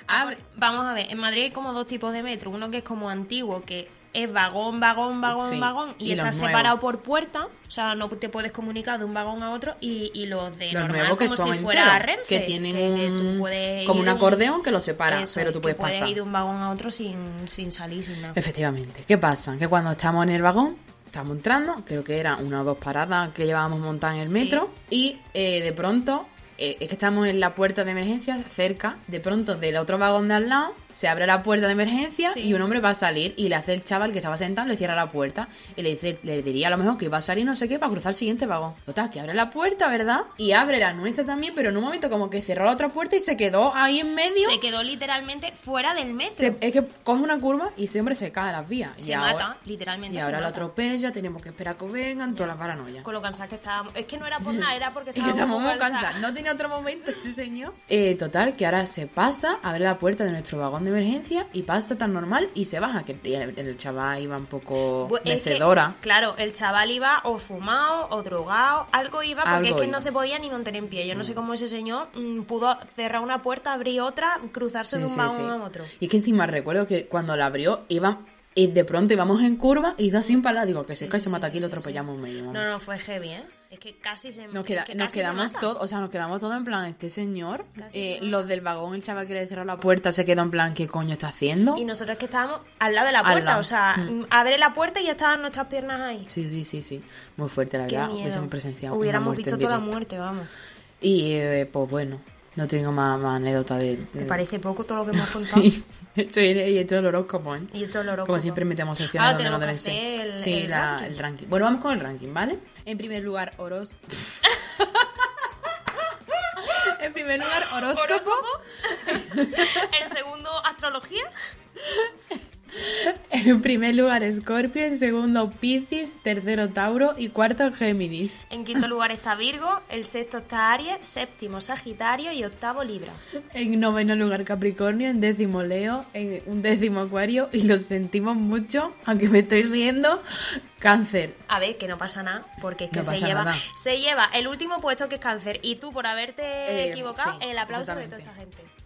[SPEAKER 2] abre.
[SPEAKER 3] Vamos a ver, en Madrid hay como dos tipos de metro. Uno que es como antiguo, que es vagón, vagón, vagón,
[SPEAKER 2] Sí,
[SPEAKER 3] vagón. Y,
[SPEAKER 2] y
[SPEAKER 3] está
[SPEAKER 2] los nuevos.
[SPEAKER 3] separado por puerta. O sea, no te puedes comunicar de un vagón a otro. Y, y los de
[SPEAKER 2] Los
[SPEAKER 3] normal,
[SPEAKER 2] nuevos que
[SPEAKER 3] como
[SPEAKER 2] son
[SPEAKER 3] si fuera a
[SPEAKER 2] enteros,
[SPEAKER 3] Renfe.
[SPEAKER 2] que tienen
[SPEAKER 3] que tú
[SPEAKER 2] un,
[SPEAKER 3] puedes
[SPEAKER 2] como
[SPEAKER 3] ir
[SPEAKER 2] un
[SPEAKER 3] de
[SPEAKER 2] acordeón que los separa,
[SPEAKER 3] Eso
[SPEAKER 2] pero
[SPEAKER 3] es,
[SPEAKER 2] tú
[SPEAKER 3] que
[SPEAKER 2] puedes
[SPEAKER 3] puedes
[SPEAKER 2] pasar.
[SPEAKER 3] ir de un vagón a otro sin, sin salir, sin nada.
[SPEAKER 2] Efectivamente. ¿Qué pasa? Que cuando estamos en el vagón, estamos entrando, creo que era una o dos paradas que llevábamos montadas en el
[SPEAKER 3] Sí.
[SPEAKER 2] metro, y eh, de pronto, eh, es que estamos en la puerta de emergencia cerca, de pronto del otro vagón de al lado, se abre la puerta de emergencia
[SPEAKER 3] Sí.
[SPEAKER 2] y un hombre va a salir y le hace el chaval que estaba sentado, le cierra la puerta y le dice, le diría a lo mejor que iba a salir no sé qué para cruzar el siguiente vagón. Total, que abre la puerta, ¿verdad? Y abre la nuestra también, pero en un momento como que cerró la otra puerta y se quedó ahí en medio.
[SPEAKER 3] Se quedó literalmente fuera del metro.
[SPEAKER 2] Se-
[SPEAKER 3] Se,
[SPEAKER 2] es que coge una curva y ese hombre se cae a las vías. Y ahora-
[SPEAKER 3] mata, literalmente.
[SPEAKER 2] y
[SPEAKER 3] se
[SPEAKER 2] ahora lo
[SPEAKER 3] mata.
[SPEAKER 2] atropella, tenemos que esperar que vengan, toda la paranoia.
[SPEAKER 3] Con lo cansados que estábamos. Es que no era por nada, era porque
[SPEAKER 2] Y que
[SPEAKER 3] estábamos,
[SPEAKER 2] estamos muy
[SPEAKER 3] cansados.
[SPEAKER 2] cansados. No tenía otro momento este señor. Eh, total, que ahora se pasa, abre la puerta de nuestro vagón de emergencia y pasa tan normal y se baja. Que el, el chaval iba un poco
[SPEAKER 3] Bu- es que,
[SPEAKER 2] mecedora.
[SPEAKER 3] claro, el chaval iba o fumado o drogado, algo iba porque
[SPEAKER 2] Algo
[SPEAKER 3] es que
[SPEAKER 2] iba.
[SPEAKER 3] no se podía ni mantener en pie. Yo no sé cómo ese señor mm, pudo cerrar una puerta, abrir otra, cruzarse
[SPEAKER 2] Sí,
[SPEAKER 3] de un
[SPEAKER 2] sí,
[SPEAKER 3] vagón
[SPEAKER 2] sí.
[SPEAKER 3] a otro.
[SPEAKER 2] Y es que encima recuerdo que cuando la abrió, iba, y de pronto íbamos en curva y da sin parar. Digo, que
[SPEAKER 3] Sí,
[SPEAKER 2] se cae,
[SPEAKER 3] sí,
[SPEAKER 2] se mata
[SPEAKER 3] sí,
[SPEAKER 2] aquí y
[SPEAKER 3] sí,
[SPEAKER 2] lo
[SPEAKER 3] sí,
[SPEAKER 2] atropellamos medio.
[SPEAKER 3] No, no, fue heavy, ¿eh? Es que casi se
[SPEAKER 2] Nos, queda-
[SPEAKER 3] es que
[SPEAKER 2] nos
[SPEAKER 3] casi se
[SPEAKER 2] quedamos
[SPEAKER 3] mata.
[SPEAKER 2] todos, o sea, nos quedamos todos en plan, este señor,
[SPEAKER 3] Casi
[SPEAKER 2] eh,
[SPEAKER 3] se mata.
[SPEAKER 2] los del vagón, el chaval que le cerró la puerta se quedó en plan, ¿qué coño está haciendo?
[SPEAKER 3] Y nosotros que estábamos al lado de la
[SPEAKER 2] Al
[SPEAKER 3] puerta,
[SPEAKER 2] lado.
[SPEAKER 3] o sea,
[SPEAKER 2] Mm.
[SPEAKER 3] mm, abre la puerta y ya estaban nuestras piernas ahí.
[SPEAKER 2] Sí, sí, sí, sí. Muy fuerte, la
[SPEAKER 3] Qué
[SPEAKER 2] verdad.
[SPEAKER 3] miedo.
[SPEAKER 2] Hubiésemos presenciado. una
[SPEAKER 3] Hubiéramos
[SPEAKER 2] muerte
[SPEAKER 3] visto
[SPEAKER 2] en
[SPEAKER 3] toda la
[SPEAKER 2] directo.
[SPEAKER 3] muerte, vamos.
[SPEAKER 2] Y eh, pues bueno, no tengo más, más anécdota de.
[SPEAKER 3] ¿Te
[SPEAKER 2] de-
[SPEAKER 3] parece poco todo lo que hemos contado?
[SPEAKER 2] y esto es y esto es el horóscopo, ¿eh?
[SPEAKER 3] Y esto es lo loco.
[SPEAKER 2] Como siempre metemos sección
[SPEAKER 3] Ah,
[SPEAKER 2] donde no
[SPEAKER 3] tenemos que
[SPEAKER 2] deben ser.
[SPEAKER 3] hacer el-
[SPEAKER 2] sí,
[SPEAKER 3] el
[SPEAKER 2] la-
[SPEAKER 3] ranking.
[SPEAKER 2] el ranking. Bueno, vamos con el ranking, ¿vale? En primer lugar, horos... en primer lugar, horóscopo.
[SPEAKER 3] En segundo, astrología.
[SPEAKER 2] En primer lugar, Escorpio. En segundo, Piscis. Tercero, Tauro. Y cuarto, Géminis.
[SPEAKER 3] En quinto lugar está Virgo. El sexto está Aries. Séptimo, Sagitario. Y octavo, Libra.
[SPEAKER 2] En noveno lugar Capricornio, en décimo Leo, en un décimo Acuario y lo sentimos mucho, aunque me estoy riendo, Cáncer.
[SPEAKER 3] A ver, que no pasa nada, porque es que
[SPEAKER 2] No
[SPEAKER 3] se,
[SPEAKER 2] pasa
[SPEAKER 3] lleva,
[SPEAKER 2] nada.
[SPEAKER 3] se lleva el último puesto que es cáncer. Y tú, por haberte
[SPEAKER 2] Eh,
[SPEAKER 3] equivocado,
[SPEAKER 2] sí,
[SPEAKER 3] el aplauso de toda
[SPEAKER 2] exactamente.
[SPEAKER 3] esta gente.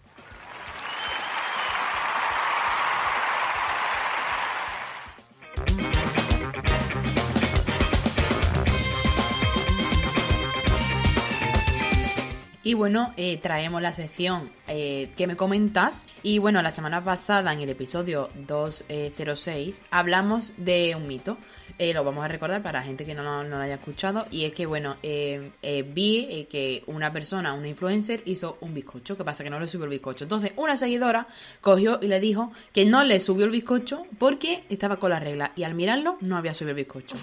[SPEAKER 2] Y bueno, eh, traemos la sección eh, que me comentas. Y bueno, la semana pasada, en el episodio 206, hablamos de un mito. Eh, lo vamos a recordar para la gente que no lo, no lo haya escuchado. Y es que, bueno, eh, eh, vi eh, que una persona, una influencer, hizo un bizcocho. ¿Qué pasa? Que no le subió el bizcocho. Entonces, una seguidora cogió y le dijo que no le subió el bizcocho porque estaba con la regla. Y al mirarlo, no había subido el bizcocho.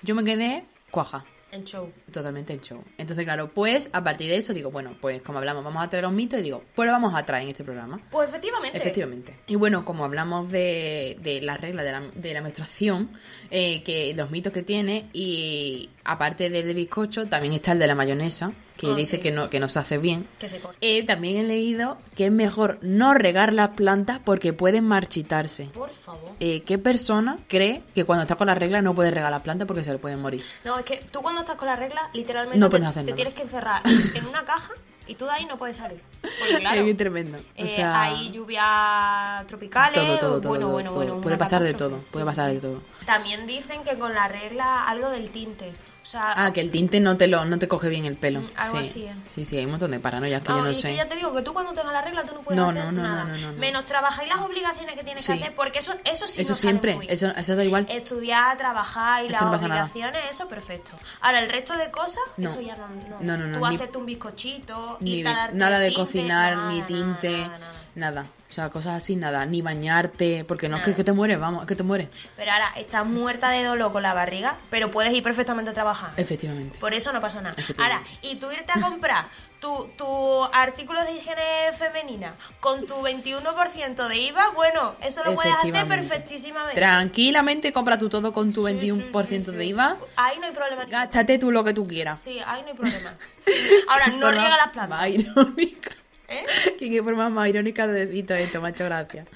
[SPEAKER 2] Yo me quedé cuaja.
[SPEAKER 3] En show.
[SPEAKER 2] Totalmente el show. Entonces, claro, pues a partir de eso digo, bueno, pues como hablamos, vamos a traer los mitos y digo, pues lo vamos a traer en este programa.
[SPEAKER 3] Pues efectivamente.
[SPEAKER 2] Efectivamente. Y bueno, como hablamos de, de la regla de la, de la menstruación, eh, que los mitos que tiene, y aparte del de bizcocho, también está el de la mayonesa, que
[SPEAKER 3] Ah,
[SPEAKER 2] dice
[SPEAKER 3] sí.
[SPEAKER 2] que no, que no se hace bien.
[SPEAKER 3] Que se corta.
[SPEAKER 2] Eh, también he leído que es mejor no regar las plantas porque pueden marchitarse.
[SPEAKER 3] Por favor.
[SPEAKER 2] Eh, ¿Qué persona cree que cuando está con la regla no puede regar las plantas porque se le pueden morir?
[SPEAKER 3] No, es que tú cuando estás con la regla, literalmente
[SPEAKER 2] No
[SPEAKER 3] te,
[SPEAKER 2] puedes hacer
[SPEAKER 3] te
[SPEAKER 2] nada.
[SPEAKER 3] tienes que encerrar en una caja y tú de ahí no puedes salir. Porque claro.
[SPEAKER 2] Es tremendo. O
[SPEAKER 3] eh,
[SPEAKER 2] sea-
[SPEAKER 3] hay lluvias tropicales.
[SPEAKER 2] Todo, todo, todo,
[SPEAKER 3] bueno,
[SPEAKER 2] todo,
[SPEAKER 3] bueno,
[SPEAKER 2] todo.
[SPEAKER 3] bueno. una
[SPEAKER 2] Puede pasar de
[SPEAKER 3] catástrofe.
[SPEAKER 2] todo, puede pasar de todo.
[SPEAKER 3] También dicen que con la regla algo del tinte. O sea,
[SPEAKER 2] Ah, que el tinte no te lo no te coge bien el pelo.
[SPEAKER 3] Mm, algo
[SPEAKER 2] sí.
[SPEAKER 3] así, ¿eh?
[SPEAKER 2] sí, sí, hay un montón de paranoias que yo
[SPEAKER 3] vamos,
[SPEAKER 2] no
[SPEAKER 3] ah, y es
[SPEAKER 2] sé.
[SPEAKER 3] que ya te digo que tú cuando tengas la regla tú no puedes
[SPEAKER 2] No,
[SPEAKER 3] hacer
[SPEAKER 2] no, no,
[SPEAKER 3] nada.
[SPEAKER 2] no, no, no.
[SPEAKER 3] Menos trabajáis las obligaciones que tienes
[SPEAKER 2] Sí.
[SPEAKER 3] que hacer, porque eso, eso sí
[SPEAKER 2] eso
[SPEAKER 3] no sale
[SPEAKER 2] siempre,
[SPEAKER 3] muy eh, bien.
[SPEAKER 2] eso, eso da igual.
[SPEAKER 3] Estudiar, trabajar y
[SPEAKER 2] Eso
[SPEAKER 3] las
[SPEAKER 2] no pasa nada.
[SPEAKER 3] obligaciones, eso perfecto. Ahora, el resto de cosas,
[SPEAKER 2] No.
[SPEAKER 3] eso ya no. no.
[SPEAKER 2] No, no, no,
[SPEAKER 3] Tú
[SPEAKER 2] ni-
[SPEAKER 3] hacerte un bizcochito,
[SPEAKER 2] ni-
[SPEAKER 3] y talarte
[SPEAKER 2] nada de
[SPEAKER 3] tinte,
[SPEAKER 2] cocinar,
[SPEAKER 3] nada,
[SPEAKER 2] ni
[SPEAKER 3] nada,
[SPEAKER 2] tinte,
[SPEAKER 3] nada,
[SPEAKER 2] nada,
[SPEAKER 3] nada.
[SPEAKER 2] O sea, cosas así, nada. Ni bañarte, porque no es que,
[SPEAKER 3] Nada.
[SPEAKER 2] que te mueres, vamos, es que te mueres.
[SPEAKER 3] Pero ahora estás muerta de dolor con la barriga, pero puedes ir perfectamente a trabajar.
[SPEAKER 2] Efectivamente.
[SPEAKER 3] Por eso no pasa nada. Ahora,
[SPEAKER 2] Efectivamente.
[SPEAKER 3] y tú irte a comprar tu, tu artículo de higiene femenina con tu 21% de IVA, bueno, eso lo puedes hacer
[SPEAKER 2] Efectivamente.
[SPEAKER 3] perfectísimamente.
[SPEAKER 2] Tranquilamente compra tú todo con tu
[SPEAKER 3] Sí,
[SPEAKER 2] 21%
[SPEAKER 3] sí, sí,
[SPEAKER 2] de
[SPEAKER 3] sí.
[SPEAKER 2] IVA.
[SPEAKER 3] Ahí no hay problema.
[SPEAKER 2] Gástate tú lo que tú quieras.
[SPEAKER 3] Sí, ahí no hay problema. Ahora, no
[SPEAKER 2] Forma
[SPEAKER 3] riega las plantas.
[SPEAKER 2] más irónica.
[SPEAKER 3] ¿eh?
[SPEAKER 2] Que qué forma más irónica de decir todo esto, macho, gracias.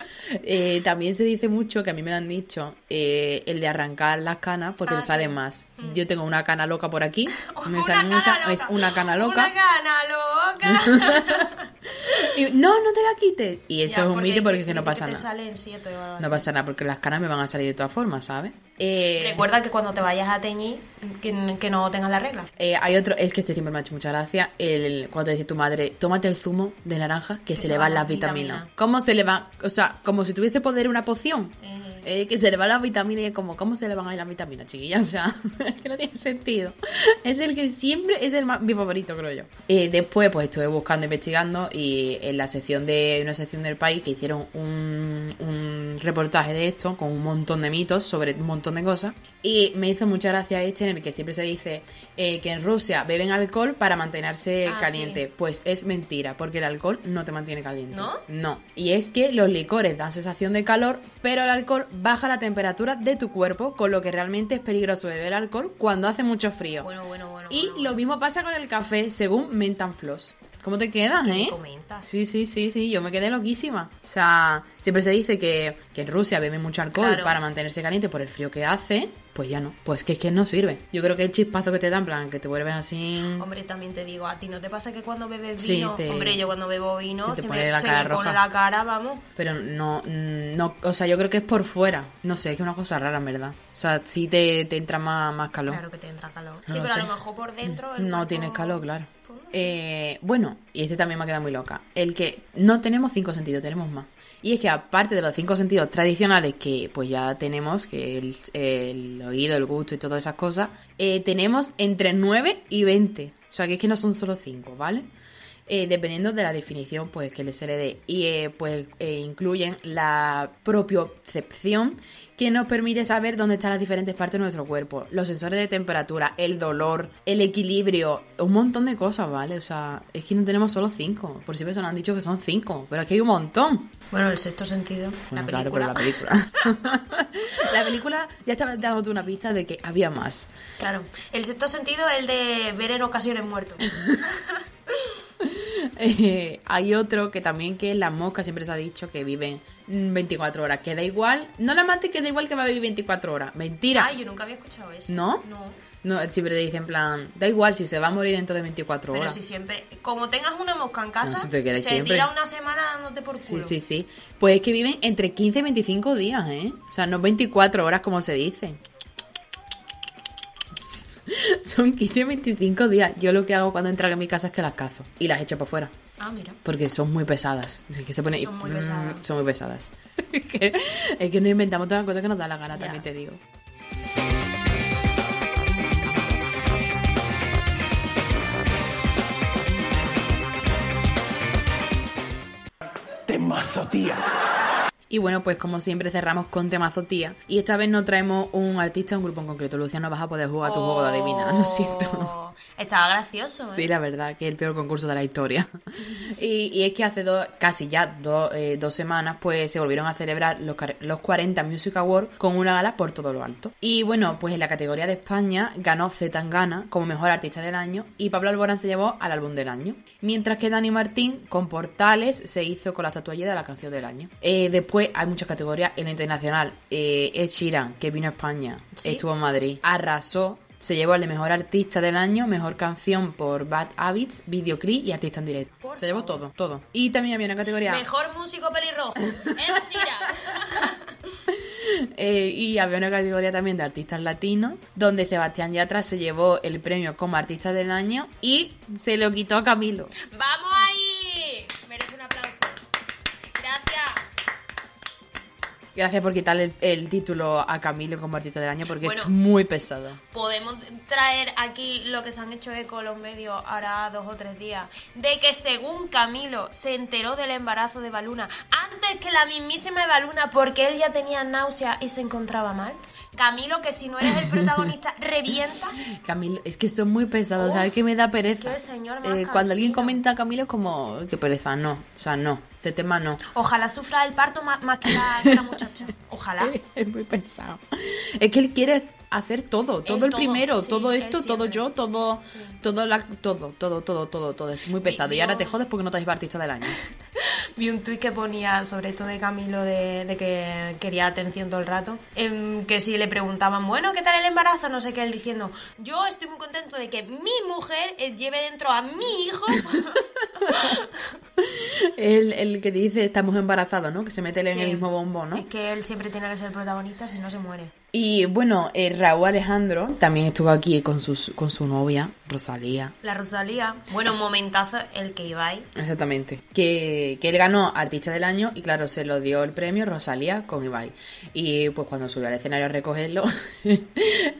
[SPEAKER 2] Eh, también se dice mucho, que a mí me lo han dicho, eh, el de arrancar las canas porque
[SPEAKER 3] Ah,
[SPEAKER 2] te salen
[SPEAKER 3] sí.
[SPEAKER 2] más. Yo tengo una cana loca por aquí, me
[SPEAKER 3] Una
[SPEAKER 2] salen
[SPEAKER 3] cana
[SPEAKER 2] muchas,
[SPEAKER 3] loca.
[SPEAKER 2] es una cana loca.
[SPEAKER 3] Una cana loca.
[SPEAKER 2] Y, no, no te la quites. Y eso
[SPEAKER 3] Ya,
[SPEAKER 2] es un mito porque es que
[SPEAKER 3] dice
[SPEAKER 2] no pasa
[SPEAKER 3] te
[SPEAKER 2] nada.
[SPEAKER 3] salen siete o algo
[SPEAKER 2] No
[SPEAKER 3] así.
[SPEAKER 2] pasa nada porque las canas me van a salir de todas formas, ¿sabes? Eh,
[SPEAKER 3] Recuerda que cuando te vayas a teñir, que, que no tengas la regla.
[SPEAKER 2] eh, hay otro, es que este siempre me ha hecho mucha gracia, el, cuando te dice tu madre, tómate el zumo de naranja que se, le van las vitaminas.
[SPEAKER 3] vitaminas.
[SPEAKER 2] ¿Cómo se le va? O sea, como si tuviese poder una poción.
[SPEAKER 3] Eh,
[SPEAKER 2] Eh, que se le van las vitaminas y es como, ¿cómo se le van a ir las vitaminas, chiquillas? O sea, es que no tiene sentido. Es el que siempre es el más, mi favorito, creo yo. Eh, después, pues estuve buscando, investigando y en la sección de una sección del país que hicieron un, un reportaje de esto con un montón de mitos sobre un montón de cosas. Y me hizo mucha gracia este en el que siempre se dice eh, que en Rusia beben alcohol para mantenerse
[SPEAKER 3] Ah,
[SPEAKER 2] caliente.
[SPEAKER 3] sí.
[SPEAKER 2] Pues es mentira, porque el alcohol no te mantiene caliente.
[SPEAKER 3] ¿No?
[SPEAKER 2] No, y es que los licores dan sensación de calor, pero el alcohol baja la temperatura de tu cuerpo, con lo que realmente es peligroso beber alcohol cuando hace mucho frío.
[SPEAKER 3] bueno, bueno, bueno.
[SPEAKER 2] y
[SPEAKER 3] bueno,
[SPEAKER 2] lo mismo pasa con el café, según Mentan Floss. ¿Cómo te quedas,
[SPEAKER 3] bueno.
[SPEAKER 2] eh?
[SPEAKER 3] Me comentas.
[SPEAKER 2] Sí, sí, sí, sí, yo me quedé loquísima. O sea, siempre se dice que, que en Rusia beben mucho alcohol
[SPEAKER 3] Claro.
[SPEAKER 2] para mantenerse caliente por el frío que hace, pues ya no, pues que es que no sirve. Yo creo que el chispazo que te dan, en plan, que te vuelves así...
[SPEAKER 3] Hombre, también te digo, a ti no te pasa que cuando bebes
[SPEAKER 2] Sí,
[SPEAKER 3] vino,
[SPEAKER 2] te-
[SPEAKER 3] hombre, yo cuando bebo vino
[SPEAKER 2] se te
[SPEAKER 3] se,
[SPEAKER 2] pone
[SPEAKER 3] me,
[SPEAKER 2] la
[SPEAKER 3] se
[SPEAKER 2] cara
[SPEAKER 3] me pone
[SPEAKER 2] roja.
[SPEAKER 3] la cara, vamos.
[SPEAKER 2] Pero no, mm, no, o sea, yo creo que es por fuera. No sé, es que es una cosa rara, en verdad. O sea, sí te, te entra más, más calor.
[SPEAKER 3] Claro que te entra calor.
[SPEAKER 2] No
[SPEAKER 3] sí,
[SPEAKER 2] lo
[SPEAKER 3] pero
[SPEAKER 2] sé.
[SPEAKER 3] a lo mejor por dentro. el
[SPEAKER 2] no
[SPEAKER 3] cuerpo-
[SPEAKER 2] tienes calor, claro.
[SPEAKER 3] Pues no
[SPEAKER 2] Eh, bueno, y este también me ha quedado muy loca. El que no tenemos cinco sentidos, tenemos más. Y es que aparte de los cinco sentidos tradicionales que pues ya tenemos, que el, el oído, el gusto y todas esas cosas, eh, tenemos entre 9 y 20. O sea, que es que no son solo cinco, ¿vale? Eh, dependiendo de la definición pues que se le dé y eh, pues eh, incluyen la propiocepción que nos permite saber dónde están las diferentes partes de nuestro cuerpo los sensores de temperatura el dolor el equilibrio un montón de cosas vale o sea es que no tenemos solo cinco por si nos han dicho que son cinco pero es que hay un montón
[SPEAKER 3] Bueno, el sexto sentido.
[SPEAKER 2] bueno,
[SPEAKER 3] la
[SPEAKER 2] claro, pero la
[SPEAKER 3] película.
[SPEAKER 2] película. la película ya estaba dándote una pista de que había más.
[SPEAKER 3] Claro. El sexto sentido es el de ver en ocasiones muertos.
[SPEAKER 2] Eh, hay otro que también que las moscas siempre se ha dicho que viven mm, 24 horas. Que da igual. No la mate que da igual que va a vivir 24 horas. Mentira.
[SPEAKER 3] Ay, yo nunca había escuchado eso.
[SPEAKER 2] ¿No?
[SPEAKER 3] No.
[SPEAKER 2] No, siempre te dicen en plan, da igual si se va a morir dentro de 24
[SPEAKER 3] Pero
[SPEAKER 2] horas.
[SPEAKER 3] si siempre, como tengas una mosca en casa,
[SPEAKER 2] No, si te
[SPEAKER 3] se
[SPEAKER 2] quieres siempre.
[SPEAKER 3] tira una semana dándote por
[SPEAKER 2] Sí,
[SPEAKER 3] culo.
[SPEAKER 2] sí, sí. Pues es que viven entre 15 y 25 días, ¿eh? O sea, no 24 horas como se dice. Son 15 y 25 días. Yo lo que hago cuando entran en mi casa es que las cazo y las echo para afuera.
[SPEAKER 3] Ah, mira.
[SPEAKER 2] Porque son muy pesadas. Es que se pone-
[SPEAKER 3] Son muy pesadas.
[SPEAKER 2] Son muy pesadas. es, que, es que nos inventamos todas las cosas que nos da la gana,
[SPEAKER 3] Ya.
[SPEAKER 2] también te digo.
[SPEAKER 5] Temazo, tía.
[SPEAKER 2] Y bueno, pues como siempre cerramos con temazo tía. Y esta vez no traemos un artista, un grupo en concreto. Luciano, vas a poder jugar a tu juego de adivinar, lo siento.
[SPEAKER 3] Oh, Estaba gracioso, ¿eh?
[SPEAKER 2] Sí, la verdad, que es el peor concurso de la historia. Y, y es que hace dos, casi ya dos, eh, dos semanas, pues se volvieron a celebrar los, car- los 40 Music Awards con una gala por todo lo alto. Y bueno, pues en la categoría de España ganó Zetangana como mejor artista del año y Pablo Alborán se llevó al álbum del año. Mientras que Dani Martín con Portales se hizo con la estatuilla de la canción del año. Eh, después hay muchas categorías en lo internacional. Eh, Ed Sheeran, que vino a España,
[SPEAKER 3] Sí.
[SPEAKER 2] estuvo en Madrid, arrasó. Se llevó al de mejor artista del año, mejor canción por Bad Habits, videoclip y artista en directo.
[SPEAKER 3] Por
[SPEAKER 2] se llevó todo,
[SPEAKER 3] favor.
[SPEAKER 2] todo. Y también había una categoría.
[SPEAKER 3] Mejor músico pelirrojo. En Sira.
[SPEAKER 2] Eh, y había una categoría también de artistas latinos, donde Sebastián Yatra se llevó el premio como artista del año y se lo quitó a Camilo.
[SPEAKER 3] ¡Vamos ahí! Merece un aplauso. Gracias.
[SPEAKER 2] Gracias por quitarle el, el título a Camilo como artista del año porque es
[SPEAKER 3] Bueno.
[SPEAKER 2] muy pesado.
[SPEAKER 3] Podemos traer aquí lo que se han hecho eco los medios ahora dos o tres días. De que según Camilo se enteró del embarazo de Baluna antes que la mismísima Baluna porque él ya tenía náuseas y se encontraba mal. Camilo, que si no eres el protagonista, revienta.
[SPEAKER 2] Camilo, es que son muy pesados,
[SPEAKER 3] Uf,
[SPEAKER 2] ¿sabes qué me da pereza?
[SPEAKER 3] qué señor más
[SPEAKER 2] Eh, cuando alguien
[SPEAKER 3] cansino.
[SPEAKER 2] comenta a Camilo es como, "Ay, qué pereza, no, o sea, no, ese tema no.
[SPEAKER 3] Ojalá sufra el parto ma- más, que, la, que la muchacha. Ojalá.
[SPEAKER 2] Es muy pesado. Es que él quiere hacer todo, todo el
[SPEAKER 3] todo,
[SPEAKER 2] primero,
[SPEAKER 3] sí,
[SPEAKER 2] todo
[SPEAKER 3] él
[SPEAKER 2] esto, todo
[SPEAKER 3] siempre.
[SPEAKER 2] yo, todo,
[SPEAKER 3] Sí.
[SPEAKER 2] todo, la, todo, todo, todo, todo, todo. Es muy pesado. Y
[SPEAKER 3] yo-
[SPEAKER 2] ahora te jodes porque no te has llevado artista del año.
[SPEAKER 3] Vi un tuit que ponía sobre esto de Camilo, de, de que quería atención todo el rato, em, que si le preguntaban, bueno, ¿qué tal el embarazo? No sé qué, él diciendo, yo estoy muy contento de que mi mujer eh, lleve dentro a mi hijo.
[SPEAKER 2] El, el que dice estamos embarazados, ¿no? Que se mete en el
[SPEAKER 3] Sí.
[SPEAKER 2] mismo bombo, ¿no?
[SPEAKER 3] Es que él siempre tiene que ser el protagonista, si no se muere.
[SPEAKER 2] Y bueno, eh, Raúl Alejandro también estuvo aquí con, sus, con su novia, Rosalía.
[SPEAKER 3] La Rosalía, bueno, momentazo el que iba ahí.
[SPEAKER 2] Exactamente. Que, que él ganó Artista del Año y claro, se lo dio el premio Rosalía con Ibai. Y pues cuando subió al escenario a recogerlo,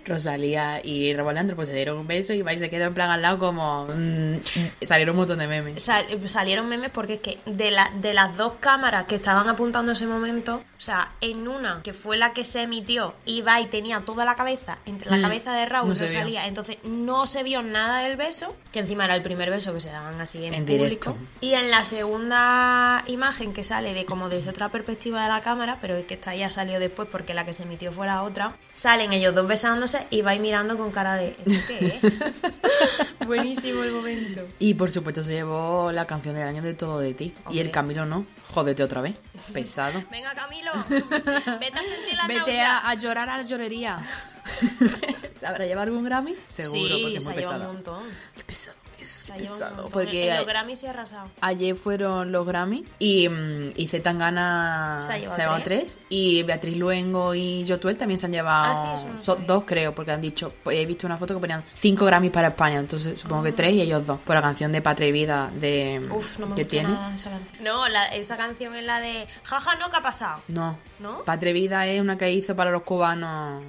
[SPEAKER 2] Rosalía y Robo Leandro pues se dieron un beso y Ibai se quedó en plan al lado como... mm, salieron un montón de memes.
[SPEAKER 3] Sal- salieron memes porque es que de, la- de las dos cámaras que estaban apuntando ese momento, o sea, en una que fue la que se emitió, iba y tenía toda la cabeza, entre la
[SPEAKER 2] Mm,
[SPEAKER 3] cabeza de Raúl
[SPEAKER 2] no
[SPEAKER 3] no,
[SPEAKER 2] se vio.
[SPEAKER 3] salía, entonces no se vio nada del beso, que encima era el primer beso que se daban así en,
[SPEAKER 2] En
[SPEAKER 3] público.
[SPEAKER 2] directo.
[SPEAKER 3] Y en la segunda imagen que sale de como desde otra perspectiva de la cámara, pero es que esta ya salió después porque la que se emitió fue la otra, salen ellos dos besándose y va mirando con cara de ¿esto qué es? Buenísimo el momento.
[SPEAKER 2] Y por supuesto se llevó la canción del año de Todo de ti. Y el
[SPEAKER 3] Hombre.
[SPEAKER 2] Camilo no. Jódete otra vez. Pesado.
[SPEAKER 3] Venga, Camilo, vete a sentir la
[SPEAKER 2] Vete
[SPEAKER 3] náusea.
[SPEAKER 2] a, a llorar a la llorería. ¿Sabrá llevar algún Grammy? Seguro, porque
[SPEAKER 3] sí,
[SPEAKER 2] es
[SPEAKER 3] se
[SPEAKER 2] muy
[SPEAKER 3] ha llevado un
[SPEAKER 2] pesado.
[SPEAKER 3] montón.
[SPEAKER 2] Qué pesado. Es
[SPEAKER 3] Se ha llevado un
[SPEAKER 2] pesado.
[SPEAKER 3] montón.
[SPEAKER 2] Porque
[SPEAKER 3] en los Grammy se ha arrasado.
[SPEAKER 2] Ayer fueron los Grammy y, mm, y Zetangana
[SPEAKER 3] Se ha llevado
[SPEAKER 2] tres. y Beatriz Luengo y Jotuel también se han llevado
[SPEAKER 3] Ah, sí, eso no lo
[SPEAKER 2] so-
[SPEAKER 3] sabía.
[SPEAKER 2] dos creo porque han dicho pues, he visto una foto que ponían cinco Grammys para España entonces supongo que tres y ellos dos por la canción de Patria y Vida de
[SPEAKER 3] Ah. Uf, no me
[SPEAKER 2] que
[SPEAKER 3] gusta
[SPEAKER 2] tiene
[SPEAKER 3] nada esa canción. No, la- esa canción es la de Jaja, no, ¿qué ha pasado?
[SPEAKER 2] no
[SPEAKER 3] ¿No?
[SPEAKER 2] Patria y Vida es una que hizo para los cubanos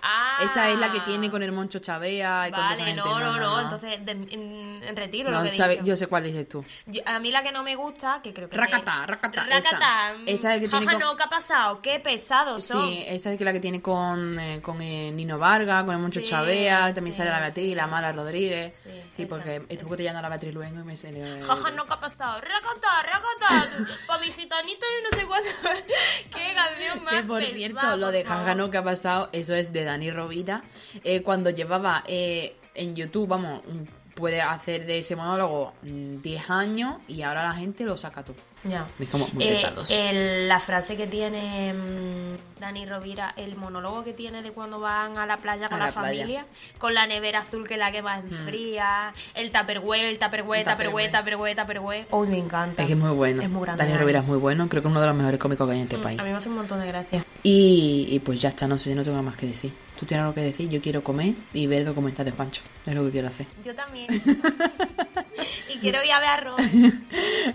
[SPEAKER 3] Ah,
[SPEAKER 2] esa es la que tiene con el Moncho Chavea y con toda esa
[SPEAKER 3] Vale,
[SPEAKER 2] gente.
[SPEAKER 3] no, no, no, entonces de- en, en retiro
[SPEAKER 2] No,
[SPEAKER 3] lo que he
[SPEAKER 2] Chave-
[SPEAKER 3] dicho.
[SPEAKER 2] yo sé cuál dices tú.
[SPEAKER 3] Yo- a mí la que no me gusta, que creo que...
[SPEAKER 2] Racata, racata, esa.
[SPEAKER 3] Racata, mm,
[SPEAKER 2] Esa es que tiene
[SPEAKER 3] Jaja,
[SPEAKER 2] con-
[SPEAKER 3] no, ¿qué ha pasado? Qué pesados son.
[SPEAKER 2] Sí, esa es la que tiene con, eh, con eh, Nino Varga, con el Moncho
[SPEAKER 3] Sí,
[SPEAKER 2] Chavea, también
[SPEAKER 3] sí,
[SPEAKER 2] sale la Beatriz,
[SPEAKER 3] sí.
[SPEAKER 2] la Mala Rodríguez. Sí,
[SPEAKER 3] Sí, esa,
[SPEAKER 2] porque estuve
[SPEAKER 3] esa.
[SPEAKER 2] cotillando a la Beatriz luego y me salió...
[SPEAKER 3] Jaja, no, ¿qué ha pasado? Racata, racata, pa' mi gitanito y no sé cuánto. Qué canción más
[SPEAKER 2] Que por
[SPEAKER 3] pesada,
[SPEAKER 2] cierto, lo
[SPEAKER 3] por
[SPEAKER 2] de
[SPEAKER 3] favor.
[SPEAKER 2] Jaja no que ha pasado, eso es de Dani Rovira. Eh, cuando llevaba eh, en YouTube, vamos, mm, puede hacer de ese monólogo mm, 10 años y ahora la gente lo saca tú.
[SPEAKER 3] Ya.
[SPEAKER 2] Es como muy
[SPEAKER 3] Eh,
[SPEAKER 2] pesados.
[SPEAKER 3] el- la frase que tiene mm, Dani Rovira, el monólogo que tiene de cuando van a la playa con
[SPEAKER 2] A
[SPEAKER 3] la,
[SPEAKER 2] la playa. Mm.
[SPEAKER 3] familia, con la nevera azul que la quema enfría, el tupperware, el
[SPEAKER 2] El
[SPEAKER 3] tupperware, tupperware, tupperware, tupperware. Uy, me encanta.
[SPEAKER 2] Es que es muy bueno.
[SPEAKER 3] Es muy grande. Mm,
[SPEAKER 2] Dani Rovira es muy bueno, creo que es uno de los mejores cómicos que hay en este país.
[SPEAKER 3] A mí me hace un montón de gracia.
[SPEAKER 2] Y, y pues ya está, no sé, yo no tengo nada más que decir. Tú tienes algo que decir, yo quiero comer y ver documental de Pancho. Es lo que quiero hacer.
[SPEAKER 3] Yo también. y quiero ir a ver a Rob.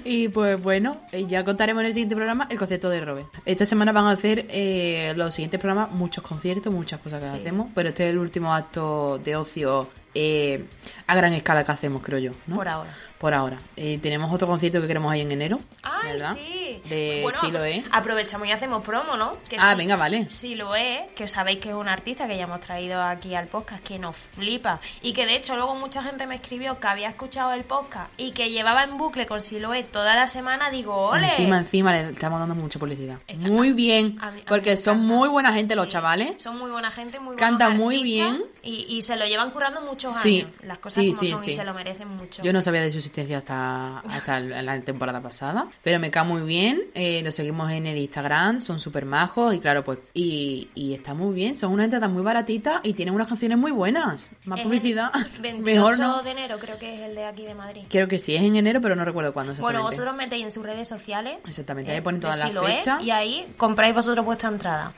[SPEAKER 2] Y pues bueno, eh, ya contaremos en el siguiente programa el concierto de Robert. Esta semana van a hacer eh, los siguientes programas muchos conciertos, muchas cosas que
[SPEAKER 3] Sí.
[SPEAKER 2] hacemos, pero este es el último acto de ocio eh, a gran escala que hacemos, creo yo. ¿no?
[SPEAKER 3] Por ahora.
[SPEAKER 2] Por ahora. Eh, tenemos otro concierto que queremos ahí en enero.
[SPEAKER 3] Ay,
[SPEAKER 2] ¿verdad?
[SPEAKER 3] sí. Pues
[SPEAKER 2] de
[SPEAKER 3] Bueno,
[SPEAKER 2] Siloé.
[SPEAKER 3] aprovechamos y hacemos promo, ¿no? Que
[SPEAKER 2] Ah,
[SPEAKER 3] sí.
[SPEAKER 2] venga, vale.
[SPEAKER 3] Sí lo es, que sabéis que es un artista que ya hemos traído aquí al podcast, que nos flipa. Y que de hecho luego mucha gente me escribió que había escuchado el podcast y que llevaba en bucle con Siloé toda la semana. Digo, ole.
[SPEAKER 2] Encima, encima le estamos dando mucha publicidad.
[SPEAKER 3] Está-
[SPEAKER 2] Muy bien,
[SPEAKER 3] A mí- a mí
[SPEAKER 2] porque
[SPEAKER 3] me
[SPEAKER 2] son
[SPEAKER 3] encanta.
[SPEAKER 2] muy buena gente los
[SPEAKER 3] Sí,
[SPEAKER 2] chavales.
[SPEAKER 3] Son muy buena gente, muy buenos
[SPEAKER 2] Cantan muy
[SPEAKER 3] artistas
[SPEAKER 2] bien.
[SPEAKER 3] Y, y se lo llevan currando muchos
[SPEAKER 2] Sí,
[SPEAKER 3] años. Las cosas
[SPEAKER 2] sí,
[SPEAKER 3] como
[SPEAKER 2] sí,
[SPEAKER 3] son
[SPEAKER 2] sí.
[SPEAKER 3] y se lo merecen mucho.
[SPEAKER 2] Yo no sabía de su existencia hasta, hasta el- la temporada pasada, pero me cae muy bien. Eh, los seguimos en el Instagram, son súper majos y claro, pues. Y, y está muy bien, son una entrada muy baratita y tienen unas canciones muy buenas. Más
[SPEAKER 3] Es el
[SPEAKER 2] publicidad,
[SPEAKER 3] 28
[SPEAKER 2] mejor no.
[SPEAKER 3] de enero creo que es el de aquí de Madrid.
[SPEAKER 2] Creo que sí, es en enero, pero no recuerdo cuándo exactamente.
[SPEAKER 3] Bueno, vosotros metéis en sus redes sociales.
[SPEAKER 2] Exactamente, ahí
[SPEAKER 3] eh,
[SPEAKER 2] ponen
[SPEAKER 3] de
[SPEAKER 2] todas las
[SPEAKER 3] Siloé,
[SPEAKER 2] fechas.
[SPEAKER 3] Y ahí compráis vosotros vuestra entrada.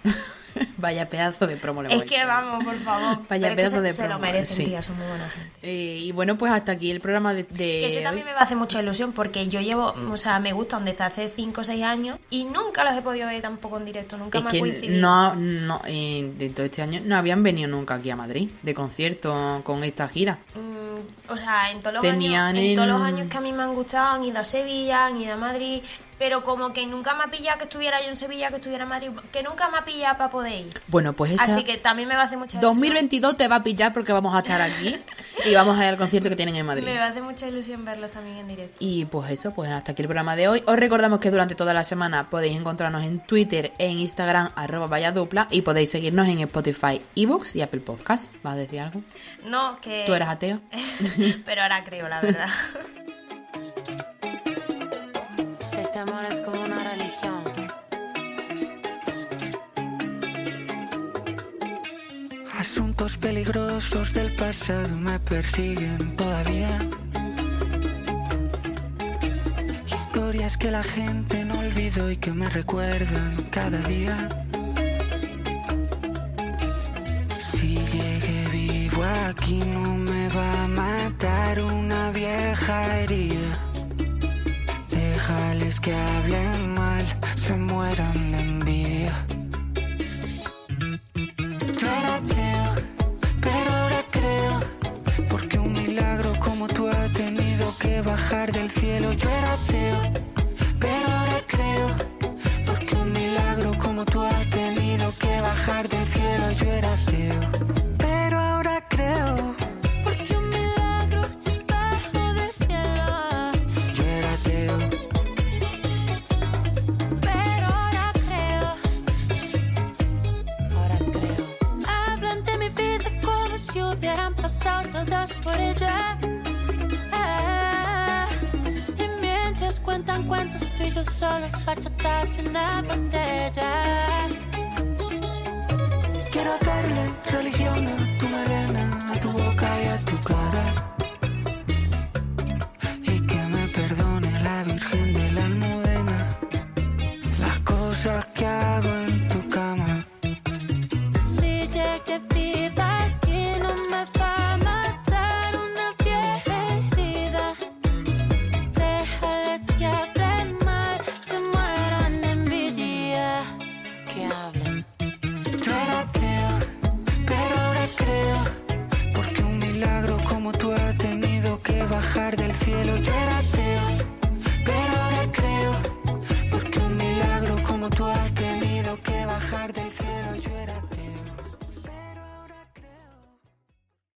[SPEAKER 2] Vaya pedazo de promo le
[SPEAKER 3] Es
[SPEAKER 2] hemos
[SPEAKER 3] que
[SPEAKER 2] hecho.
[SPEAKER 3] vamos, por favor.
[SPEAKER 2] Vaya
[SPEAKER 3] Pero es que
[SPEAKER 2] pedazo
[SPEAKER 3] se,
[SPEAKER 2] de
[SPEAKER 3] se lo
[SPEAKER 2] promo,
[SPEAKER 3] merecen,
[SPEAKER 2] sí.
[SPEAKER 3] tía, son muy buena gente.
[SPEAKER 2] Eh, y bueno, pues hasta aquí el programa de. de
[SPEAKER 3] Que eso
[SPEAKER 2] hoy.
[SPEAKER 3] también me va a hacer mucha ilusión porque yo llevo, o sea, me gustan desde hace 5 o 6 años y nunca los he podido ver tampoco en directo, nunca
[SPEAKER 2] Es
[SPEAKER 3] me ha
[SPEAKER 2] que
[SPEAKER 3] coincidido.
[SPEAKER 2] no, no eh, de todo este año no habían venido nunca aquí a Madrid de concierto con esta gira.
[SPEAKER 3] Mm, o sea, en todos, los
[SPEAKER 2] Tenían
[SPEAKER 3] años, en todos los
[SPEAKER 2] en-
[SPEAKER 3] años que a mí me han gustado, han ido a Sevilla, han ido a Madrid, pero como que nunca me ha pillado que estuviera yo en Sevilla, que estuviera en Madrid, que nunca me ha pillado para poder ir.
[SPEAKER 2] Bueno, pues esta
[SPEAKER 3] Así que también me va a hacer mucha ilusión.
[SPEAKER 2] 2022 te va a pillar porque vamos a estar aquí y vamos a ir al concierto que tienen en Madrid.
[SPEAKER 3] Me va a hacer mucha ilusión verlos también en directo.
[SPEAKER 2] Y pues eso, pues hasta aquí el programa de hoy. Os recordamos que durante toda la semana podéis encontrarnos en Twitter, en Instagram, arroba vaya dupla, y podéis seguirnos en Spotify, Evox y Apple Podcast. ¿Vas a decir algo?
[SPEAKER 3] No, que...
[SPEAKER 2] ¿Tú eras ateo?
[SPEAKER 3] pero ahora creo, la verdad.
[SPEAKER 5] Este amor es como una religión.
[SPEAKER 6] Asuntos peligrosos del pasado me persiguen todavía. Historias que la gente no olvidó y que me recuerdan cada día. Si llegué vivo aquí no me va a matar una vieja herida. Déjales que hablen mal, se mueran de envidia. Yo era ateo, pero ahora creo Porque un milagro como tú ha tenido que bajar del cielo Yo era ateo, pero ahora creo Porque un milagro como tú ha tenido que bajar del cielo Yo era ateo, pero ahora creo
[SPEAKER 7] Porque un milagro bajo del cielo,
[SPEAKER 6] Yo era ateo,
[SPEAKER 7] pero ahora creo.
[SPEAKER 5] Ahora creo.
[SPEAKER 7] Hablan de mi vida como si hubieran pasado todas por ella. Ah, y mientras cuentan cuentos, tú y yo solos, bachatas y una botella.
[SPEAKER 6] quiero hacerle religión a tu melena A tu boca y a tu cara Y que me perdone la Virgen de la Almudena Las cosas que hago en tu cama
[SPEAKER 7] Si llegué viva aquí, no me va a matar una vieja herida. Déjales que hablen mal, se mueran de envidia.
[SPEAKER 5] Que hablen.
[SPEAKER 6] Yo era ateo, pero ahora creo Porque un milagro como tú ha tenido que bajar del cielo Yo era ateo, pero ahora creo Porque un milagro como tú ha tenido que bajar del cielo Yo era